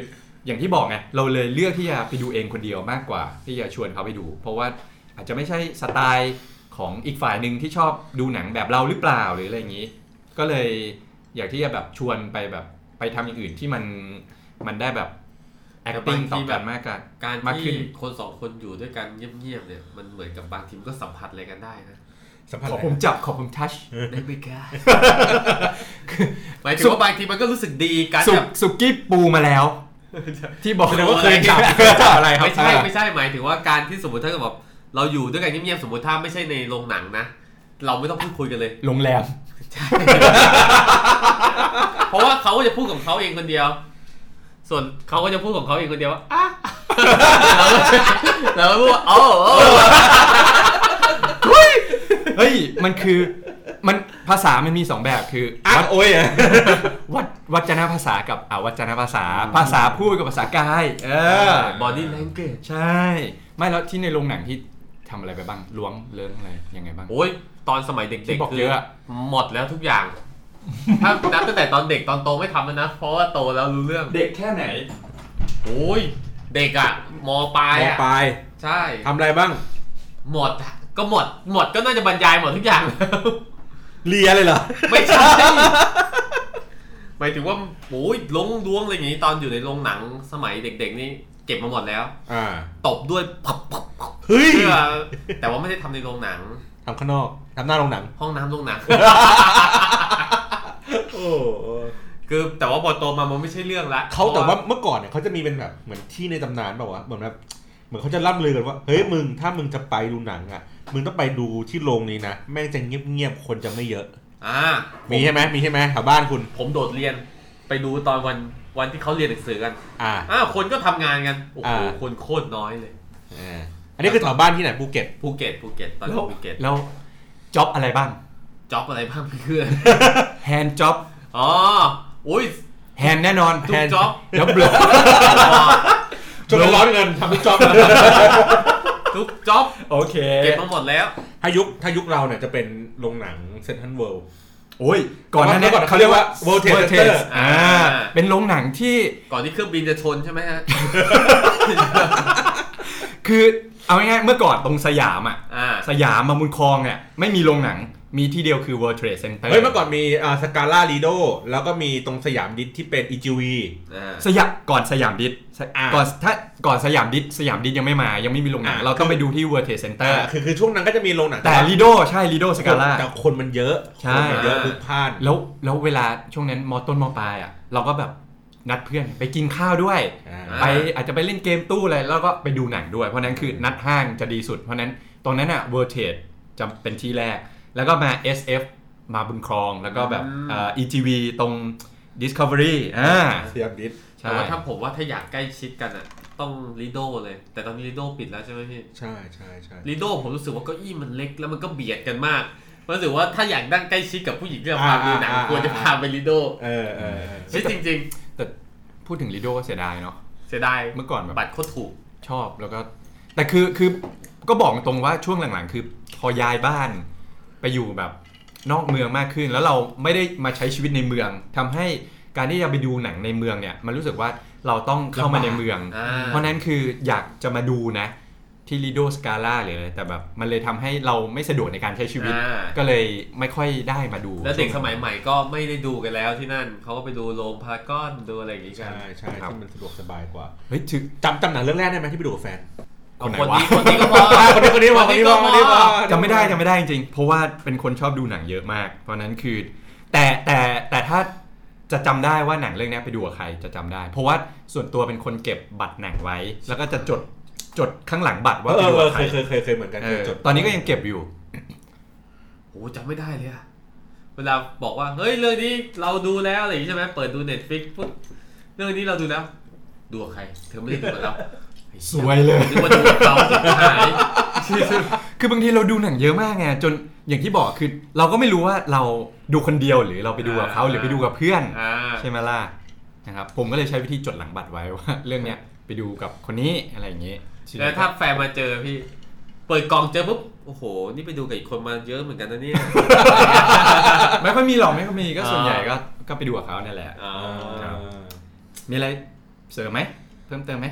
Speaker 4: อย่างที่บอกไงเราเลยเลือกที่จะไปดูเองคนเดียวมากกว่า ที่จะชวนเขาไปดู เพราะว่าอาจจะไม่ใช่สไตล์ของอีกฝ่ายหนึ่งที่ชอบดูหนังแบบเราหรือเปล่าหรืออะไรอย่างนี้ ก็เลยอยากที่จะแบบชวนไปแบบไปทำอย่างอื่นที่มันมันได้แบบ acting ต่อกันมากกัน
Speaker 7: การ
Speaker 4: มาก
Speaker 7: ที่
Speaker 4: ขึ้น
Speaker 7: คนสองคนอยู่ด้วยกันเงียบๆเนี่ยมันเหมือนกับบางทีมนก็สัมผัสอะไรกันได้
Speaker 4: [LAUGHS]
Speaker 7: นะ
Speaker 9: สัมผัส
Speaker 4: ข
Speaker 9: อะ
Speaker 4: อ
Speaker 9: ไร
Speaker 4: ผมจับขอผมทัช
Speaker 7: ได้ไหมคะหมายถึงว่าบางทีมันก็รู้สึกดีการ
Speaker 4: สุ
Speaker 7: จั
Speaker 4: ก
Speaker 7: บ
Speaker 4: สุกี้ปูมาแล้ว ที่บอก
Speaker 9: แสดงว่าเคยจับ
Speaker 4: จับอะไรครับ
Speaker 7: ไม่ใช่ไม่ใช่หมายถึงว่าการที่สมมติถ้าเกิดแบบเราอยู่ด้วยกันเงียบๆสมมติถ้าไม่ใช่ในโรงหนังนะ เราไม่ต้องพูดคุยกันเลย
Speaker 4: โรงแรม
Speaker 7: เพราะว่าเขาก็จะพูดของเขาเองคนเดียว ส่วนเขาก็จะพูดของเขาเองคนเดียวว่าอ่ะ [LAUGHS] เราก็เราก็พูดว่าอ๋ออ๋อ
Speaker 4: เฮ้ย มันคือมันภาษามันมีสองแบบคือ
Speaker 9: อ้า
Speaker 4: วั
Speaker 9: ง
Speaker 4: ด
Speaker 9: โอ้ยอะ
Speaker 4: วัดวัจนภาษากับอาวัจนภาษา ภาษาพูดกับภาษากาย เออ
Speaker 7: body language
Speaker 4: ใช่ ไม่แล้วที่ในโรงหนังที่ทำอะไรไปบ้างล้วงเลิ้งอะไรยังไงบ้าง
Speaker 7: โอ้ยตอนสมัยเด็ก
Speaker 4: ที่บอก
Speaker 7: ๆคื
Speaker 4: เยอะอะ
Speaker 7: หมดแล้วทุกอย่าง ถ้านับตั้งแต่ตอนเด็กตอนโตไม่ทำแล้วนะ เพราะว่าโตแล้วรู้เรื่อง
Speaker 4: เด็กแค่ไหน
Speaker 7: โอ้ย เด็กอะมปลายอะ
Speaker 9: ปลาย
Speaker 7: ใช่
Speaker 9: ทำอะไรบ้าง
Speaker 7: หมดอะก็หมด หมดก็น่าจะบรรยายหมดทุกอย่าง
Speaker 9: เลียเลยเหรอ
Speaker 7: ไม่ใช่หมายถึงว่าโอ้ยลงดวงอะไรอย่างงี้ตอนอยู่ในโรงหนังสมัยเด็ก ๆ นี่เก็บมาหมดแล้ว
Speaker 9: อ่า
Speaker 7: ตบด้วยปับปับปับ
Speaker 9: เฮ้ย
Speaker 7: เพื่อแต่ว่าไม่ได้ทำในโรงหนัง
Speaker 9: ทำข้างนอก ทำหน้าโรงหนัง
Speaker 7: ห้องน้ำโรงหนัง
Speaker 9: โอ้
Speaker 7: คือแต่ว่าพอโตมามันไม่ใช่เรื่องละ
Speaker 9: เขาแต่ว่าเมื่อก่อนเนี่ยเขาจะมีเป็นแบบเหมือนที่ในตำนานแบบว่าวะเหมือนแบบเหมือนเขาจะล่ำลือกันว่า เฮ้ยมึงถ้ามึงจะไปดูหนังอ่ะ มึงต้องไปดูที่โรงนี้นะ แม่งจะเงียบๆ คนจะไม่เยอะ
Speaker 7: อ่าผ
Speaker 9: มี
Speaker 7: ม
Speaker 9: ใช่ไหมมีใช่ไหมแถวบ้านคุณ
Speaker 7: ผมโดดเรียนไปดูตอนวันวันที่เขาเรียนหนังสือกัน
Speaker 9: อ่า
Speaker 7: อ้าวคนก็ทำงานกันโอ้โห
Speaker 9: อ่า
Speaker 7: คนโคตรน้อยเลย
Speaker 9: อ่า อันนี้คือแถวบ้านที่ไหนภูเก็ต
Speaker 7: ภูเก็ตภูเก็ตตอน
Speaker 4: แล้ว
Speaker 7: ภูเก็ต
Speaker 4: แล้วจ็อบอะไรบ้าง
Speaker 7: จ็อบอะไรบ้างเพื่อน
Speaker 4: แฮนด์จ็อบ
Speaker 7: อ๋ออุ้ย
Speaker 4: แฮนด์แน่นอน
Speaker 7: ทุก job
Speaker 4: แล้วเบลอ [LAUGHS]
Speaker 9: จนร้อนเงินทำทุกจอบ
Speaker 7: ทุกจ็อบ
Speaker 4: โอเค
Speaker 7: เก็บมาหมดแล้ว
Speaker 9: ถ้ายุคถ้ายุคเราเนี่ยจะเป็นโรงหนังเซนทรัลเวิลด์
Speaker 4: โอ้ย ก่อนหน้านี้
Speaker 9: ก่อน
Speaker 4: เขาเรียกว่า
Speaker 9: World Trade Center
Speaker 4: Trade อ่า
Speaker 7: อ่า
Speaker 4: เป็นโรงหนังที่
Speaker 7: ก่อนที่เครื่องบินจะชนใช่ไหมฮะ
Speaker 4: คือเอาง่ายๆเมื่อก่อนตรงสยามอ่ะ
Speaker 7: อ่า
Speaker 4: สยามมามุนคลองเนี่ยไม่มีโรงหนังมีที่เดียวคือ World Trade Center
Speaker 9: เฮ้ยเมื่อก่อนมีอ่าสกาล่าลีโดแล้วก็มีตรงสยามดิสที่เป็นอีจีวี
Speaker 7: อ่า
Speaker 4: สยามก่อนสยามดิสส
Speaker 9: อ่า
Speaker 4: ก่อนถ้าก่อนสยามดิสสยามดิสยังไม่มายังไม่มีโรงหนัง
Speaker 9: อ่า
Speaker 4: เราต้องไปดูที่ World Trade Center
Speaker 9: คือคือช่วงนั้นก็จะมีโรงหนัง
Speaker 4: แต่ลีโดใช่ลีโดสกาล่า
Speaker 9: แต่คนมันเยอะ
Speaker 4: ใช่
Speaker 9: คนมันเยอะพลุกพล่าน
Speaker 4: แล้วแล้วเวลาช่วงนั้นมต้นมปลายอ่ะเราก็แบบนัดเพื่อนไปกินข้าวด้วย
Speaker 9: อ่า
Speaker 4: ไปอาจจะไปเล่นเกมตู้อะไรแล้วก็ไปดูหนังด้วย เพราะนั้นคือนัดห้างจะดีสุด เพราะนั้นตรงนั้นอ่ะเวอร์เทดจะเป็นที่แรก แล้วก็มา SF มาบุญครองแล้วก็แบบเอ่อ EGV ตรง Discovery อ่า
Speaker 9: สยามดิส
Speaker 4: ใช่
Speaker 7: แต่ว่าถ้าผมว่าถ้าอยากใกล้ชิดกันอ่ะ ต้องลีโดเลย แต่ตอนนี้ลีโดปิดแล้วใช่ไหมพี่
Speaker 9: ใช่ใช่ใช่
Speaker 7: ลีโดผมรู้สึกว่าเก้าอี้มันเล็กแล้วมันก็เบียดกันมากรู้สึกว่าถ้าอยากนั่งใกล้ชิดกับผู้หญิงที่เราพาไปดูหนังควรจะพาไปลีโด
Speaker 9: เออเออเออ
Speaker 7: เฮ้ยจริง
Speaker 4: แต่พูดถึงลีโดก็เสียดายเนาะ
Speaker 7: ๆ เสียดาย
Speaker 4: เมื่อก่อนแบบ
Speaker 7: บัตรโคตรถูก
Speaker 4: ชอบแล้วก็ แต่คือคือก็บอกตรงว่าช่วงหลังๆ คือพอย้ายบ้านไปอยู่แบบนอกเมืองมากขึ้น แล้วเราไม่ได้มาใช้ชีวิตในเมืองทำให้การที่จะไปดูหนังในเมืองเนี่ย มันรู้สึกว่าเราต้องเข้ามาในเมือง
Speaker 7: อ่า
Speaker 4: เพราะนั้นคืออยากจะมาดูนะ ที่ลีโดสกาล่าหรืออะไรแต่แบบมันเลยทำให้เราไม่สะดวกในการใช้ชีวิต
Speaker 7: อ่า
Speaker 4: ก็เลยไม่ค่อยได้มาดู
Speaker 7: แล้วเด็กสมัยใหม่ก็ไม่ได้ดูกันแล้วที่นั่นเขาก็ไปดูโรงพารากอนดูอะไรอย่างงี้กัน
Speaker 9: ใช่ใช่ที่มันสะดวกสบายกว่า
Speaker 4: เฮ้ยถึง
Speaker 9: จำจำหนังเรื่องแรกได้ไหมที่ไปดูกับแฟน
Speaker 7: เอา
Speaker 4: ค
Speaker 7: คน น
Speaker 4: ไหนวะ
Speaker 7: นี้คนนี้ก็พอ
Speaker 9: อ่ะคนนี้ [LAUGHS] คนนี้พอคนนี้พอคนนี้พอ
Speaker 4: จำไม่ได้จำไม่ได้จริงๆ เพราะว่าเป็นคนชอบดูหนังเยอะมาก เพราะฉะนั้นคือ แต่แต่แต่ถ้าจะจำได้ว่าหนังเรื่องนี้ไปดูกับใครจะจำได้ เพราะว่าส่วนตัวเป็นคนเก็บบัตรหนังไว้ แล้วก็จะจดจดข้างหลังบัตรว่า
Speaker 9: เอ
Speaker 4: ไป
Speaker 9: อ
Speaker 4: ดู
Speaker 9: เออบ เค
Speaker 4: กัใคร
Speaker 9: ยเคยเคยเคยเหมือนกัน
Speaker 4: เอ
Speaker 9: เคย
Speaker 4: อ
Speaker 9: จด
Speaker 4: ตอนนี้ก็ยังเก็บอยู่
Speaker 7: โอ้จำไม่ได้เลยอะ เวลาบอกว่า เฮ้ย เรื่องนี้เราดูแล้วอะไรอย่างงี้ใช่ไหมเปิดดูเน็ตฟิกปุ๊บเรื่องนี้เราดูแล้ว ดูกับใคร เธอไม่ได้ดูกับเรา
Speaker 4: สวยเลย
Speaker 7: นึกว่าดูกับเราสิหาย
Speaker 4: คือบางทีเราดูหนังเยอะมากไงจนอย่างที่บอกคือเราก็ไม่รู้ว่าเราดูคนเดียวหรือเราไปดูกับเขา
Speaker 7: อ่า
Speaker 4: หรือไปดูกับเพื่อน
Speaker 7: อ่า
Speaker 4: ใช่ไหมล่ะนะครับผมก็เลยใช้วิธีจดหลังบัตรไว้ว่า เรื่องเนี้ยไปดูกับคนนี้อะไรอย่างงี้
Speaker 7: แล้วถ้าแฟนมาเจอพี่ เปิดกล่องเจอปุ๊บโอ้โห นี่ไปดูกับอีกคนมาเยอะเหมือนกันนะเนี่ย
Speaker 4: ไม่ค่อยมีหรอกไม่ค่อยมีก็ส่วน
Speaker 7: อ่า
Speaker 4: ใหญ่ก็ก็ไปดูกับเขาเนี่ยแหละ
Speaker 7: อ๋อ
Speaker 4: ครับ มีอะไรเสริมไหมเพิ่มเติมไหม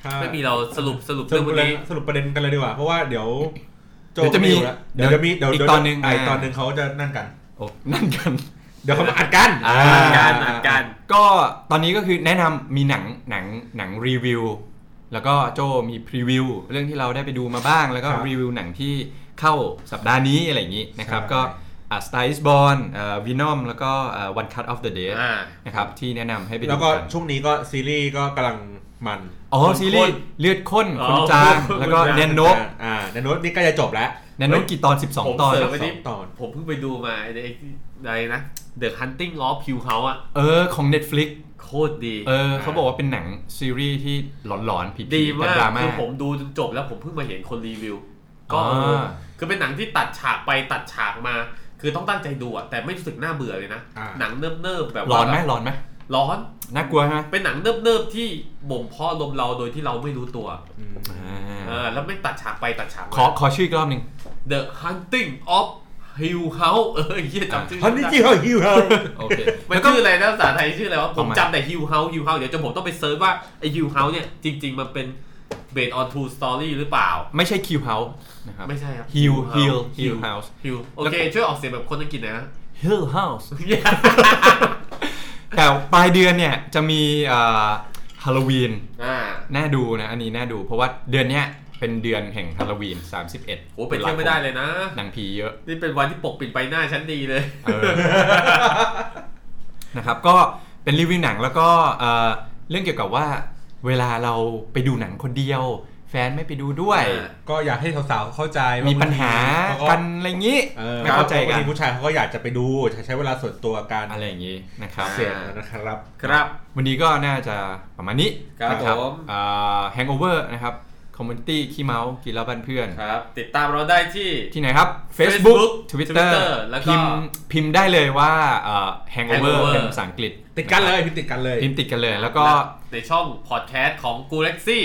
Speaker 3: ถ้า
Speaker 7: ไม่มีเราสรุปสรุป
Speaker 3: ส
Speaker 7: เรื่อ
Speaker 3: รุ
Speaker 7: ง
Speaker 3: ป
Speaker 7: พวก
Speaker 3: ประเด็น
Speaker 7: นี้
Speaker 3: สรุปประเด็นกันเลยดีกว่า เพราะว่าเดี๋ยวโ
Speaker 4: เดี๋ยวจะมี
Speaker 3: ไอยู่แล้วเดี๋ยวจะมีเดี๋ยว
Speaker 4: อีก
Speaker 3: เดี๋ยว
Speaker 4: ตอนหนึ่ง
Speaker 3: ะอี
Speaker 4: อ่า
Speaker 3: กตอนหนึ่งเขาจะนั่นกัน
Speaker 4: โอ้นั่นกัน
Speaker 3: เดี๋ยวเขามาอัดกัน
Speaker 4: อ่า
Speaker 7: อัดการอัดการ
Speaker 4: ก็ตอนนี้ก็คือแนะนำมีหนังหนังหนังรีวิว แล้วก็โจมีพรีวิวเรื่องที่เราได้ไปดูมาบ้าง แล้วก็รีวิวหนังที่เข้าสัปดาห์นี้อะไรอย่างนี้นะครับ ก็อ่า Star is Born เอ่อ Venom แล้วก็เอ่อ One Cut of the Dead
Speaker 7: อ่า
Speaker 4: นะครับที่แนะนำให้ไปดู
Speaker 3: แล้วก็
Speaker 4: น
Speaker 3: ช่วงนี้ก็ซีรีส์ก็กำลังมัน
Speaker 4: อ๋อ ซีรีส์เลือดข้น
Speaker 7: อ๋อ
Speaker 4: คนจาง แล้วก็แนนโน
Speaker 3: อ่าแนนโนนี่ใก็จะจบแล้ว
Speaker 4: แนนโนกี่ตอน
Speaker 7: ผม
Speaker 4: 12 ตอน
Speaker 7: เสริม
Speaker 3: ส
Speaker 7: ไป
Speaker 3: อ
Speaker 7: นิด
Speaker 3: งตอน
Speaker 7: ผมเพิ่งไปดูมาไอ้ไอ้ที่อะไรนะ The Hunting of Hill House อ่ะ
Speaker 4: เออของ Netflix
Speaker 7: โคตรดี
Speaker 4: เออเขาบอกว่าเป็นหนังซีรีส์ที่หลอนๆผี
Speaker 7: ดี
Speaker 4: ๆแต่
Speaker 7: มาก
Speaker 4: ดราม่า
Speaker 7: คือผมดูจนจบแล้วผมเพิ่งมาเห็นคนรีวิว ก็
Speaker 4: อ่า
Speaker 7: เออคือเป็นหนังที่ตัดฉากไปตัดฉากมา คือต้องตั้งใจดูอะแต่ไม่รู้สึกน่าเบื่อเลยนะ
Speaker 3: อ่า
Speaker 7: หนังเนิบๆแบบ
Speaker 4: ร้อนไหม
Speaker 7: แบบ
Speaker 4: ร้อนไหม
Speaker 7: ร้อน
Speaker 4: น่ากลัวใช่ไหม
Speaker 7: เป็นหนังเนิบๆที่บ่มเพาะลมเราโดยที่เราไม่รู้ตัว
Speaker 3: อืม
Speaker 7: เอ
Speaker 4: อ่า
Speaker 7: อแล้วไม่ตัดฉากไปตัดฉากมา
Speaker 4: ขอขอชื่ออีกรอบหนึ่ง
Speaker 7: The Hunting of Hill House เออเฮียจำชื่อ
Speaker 3: ฮันนี่จีเขาฮิวเขา
Speaker 4: โอเค
Speaker 7: มันชื่ออะไรนะภาษาไทยชื่ออะไรวะ ผ
Speaker 4: ป
Speaker 7: ม
Speaker 4: ระมาณ
Speaker 7: จำแต่ Hill House Hill House เดี๋ยวจนผมต้องไปเซิร์ชว่าไอ้ Hill House เนี่ยจริง ๆ มันเป็น based on true story หรือเปล่า
Speaker 4: ไม่ใช่คิวเฮาส์นะครับ
Speaker 7: ไม่ใช่ครับ
Speaker 4: Hill Hill Hill
Speaker 7: Hill
Speaker 4: House
Speaker 7: Hill โอเค ช่วยออกเสียงแบบคนอังกฤษ
Speaker 4: [LAUGHS]
Speaker 7: หนะ
Speaker 4: Hill House แต่ปลายเดือนเนี่ย จะมีฮาโลวีน
Speaker 7: อ่า
Speaker 4: น่าดูนะ อันนี้น่าดู เพราะว่าเดือนเนี้ยเป็นเดือนแห่งฮาโลวีน 31
Speaker 7: โหเป็นเที่ยวไม่ได้เลยนะ
Speaker 4: หนังผีเยอะ
Speaker 7: นี่เป็นวันที่ปกปิดใบหน้าชั้นดีเลย
Speaker 4: นะครับก็เป็นรีวิวหนังแล้วก็เอ่อเรื่องเกี่ยวกับว่า เวลาเราไปดูหนังคนเดียว แฟนไม่ไปดูด้วย
Speaker 7: อ่า
Speaker 3: ก็อยากให้สาวๆเข้าใจว่
Speaker 4: มีปัญหา
Speaker 3: เข
Speaker 4: กัน อะไรงี้
Speaker 3: เออ
Speaker 4: ไม่เข้าใจ
Speaker 3: บ
Speaker 4: กัน
Speaker 3: งทีผู้ชายเขาก็อยากจะไปดูใช้เวลาส่วนตัวกัน
Speaker 4: อะไรอย่างนี้นะครับ
Speaker 3: เสียงนะครับ
Speaker 7: ครับ
Speaker 4: วันนี้ก็น่าจะประมาณนี้
Speaker 7: ครับ
Speaker 4: นะ
Speaker 7: ผม
Speaker 4: แฮงโอเวอร์นะครับคอมมูนิตี้ขี้เมากินเหล้าบ้านเพื่อน
Speaker 7: ครับ ติดตามเราได้ที่
Speaker 4: ที่ไหนครับ
Speaker 7: Facebook
Speaker 4: Facebook Twitter
Speaker 7: Twitter แล้วก็
Speaker 4: พิมพ์พิมพ์ได้เลยว่าแฮงโอเวอร์
Speaker 7: Hangover
Speaker 4: เป็นภาษาอังกฤษ
Speaker 3: ติดกันเลยพิมพ์ติดกันเลย
Speaker 4: พิมพ์ติดกันเลยแล้วก็
Speaker 7: ในช่องพอดแคสต์ของกูเล็กซี่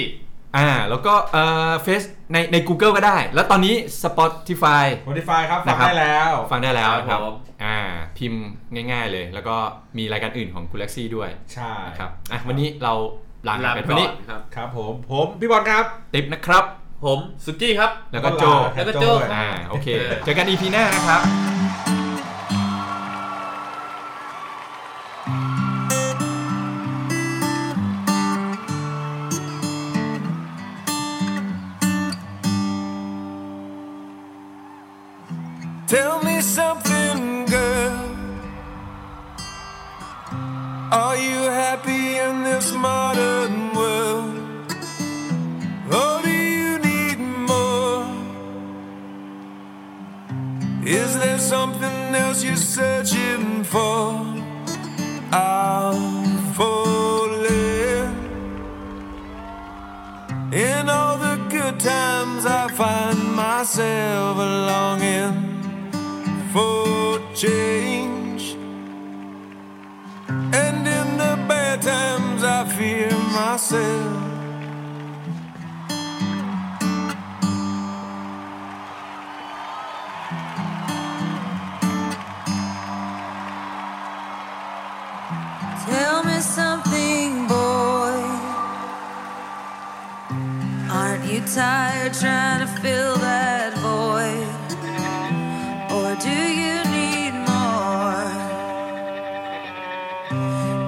Speaker 4: อ่าแล้วก็เอ่อเฟซในใน Google ก็ได้ แล้วตอนนี้ Spotify
Speaker 3: Spotify ครับฟัง
Speaker 4: นะครับ
Speaker 3: ได้แล้ว
Speaker 4: ฟังได้แล้วนะครับ
Speaker 7: ครับผม
Speaker 4: อ่าพิมพ์ง่ายๆเลย แล้วก็มีรายการอื่นของ g a l a x y ด้วย
Speaker 3: ใช่
Speaker 4: นะครับอ่ะวันนี้เราลา
Speaker 7: ลา
Speaker 4: ไป
Speaker 7: ไป
Speaker 4: เท่า
Speaker 7: ก่อ
Speaker 4: นี้
Speaker 7: นครับ
Speaker 3: ครับผม ผมพี่บอลครับ
Speaker 4: ติ๊บนะครับ
Speaker 7: ผมสุกี้ครับ
Speaker 4: แล้วก็โจ
Speaker 7: แล้วก็โจ้
Speaker 3: ด้วย
Speaker 4: อ่าโอเค เจอกัน EP หน้านะครับ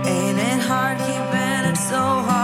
Speaker 2: Ain't it hard keeping it so hard?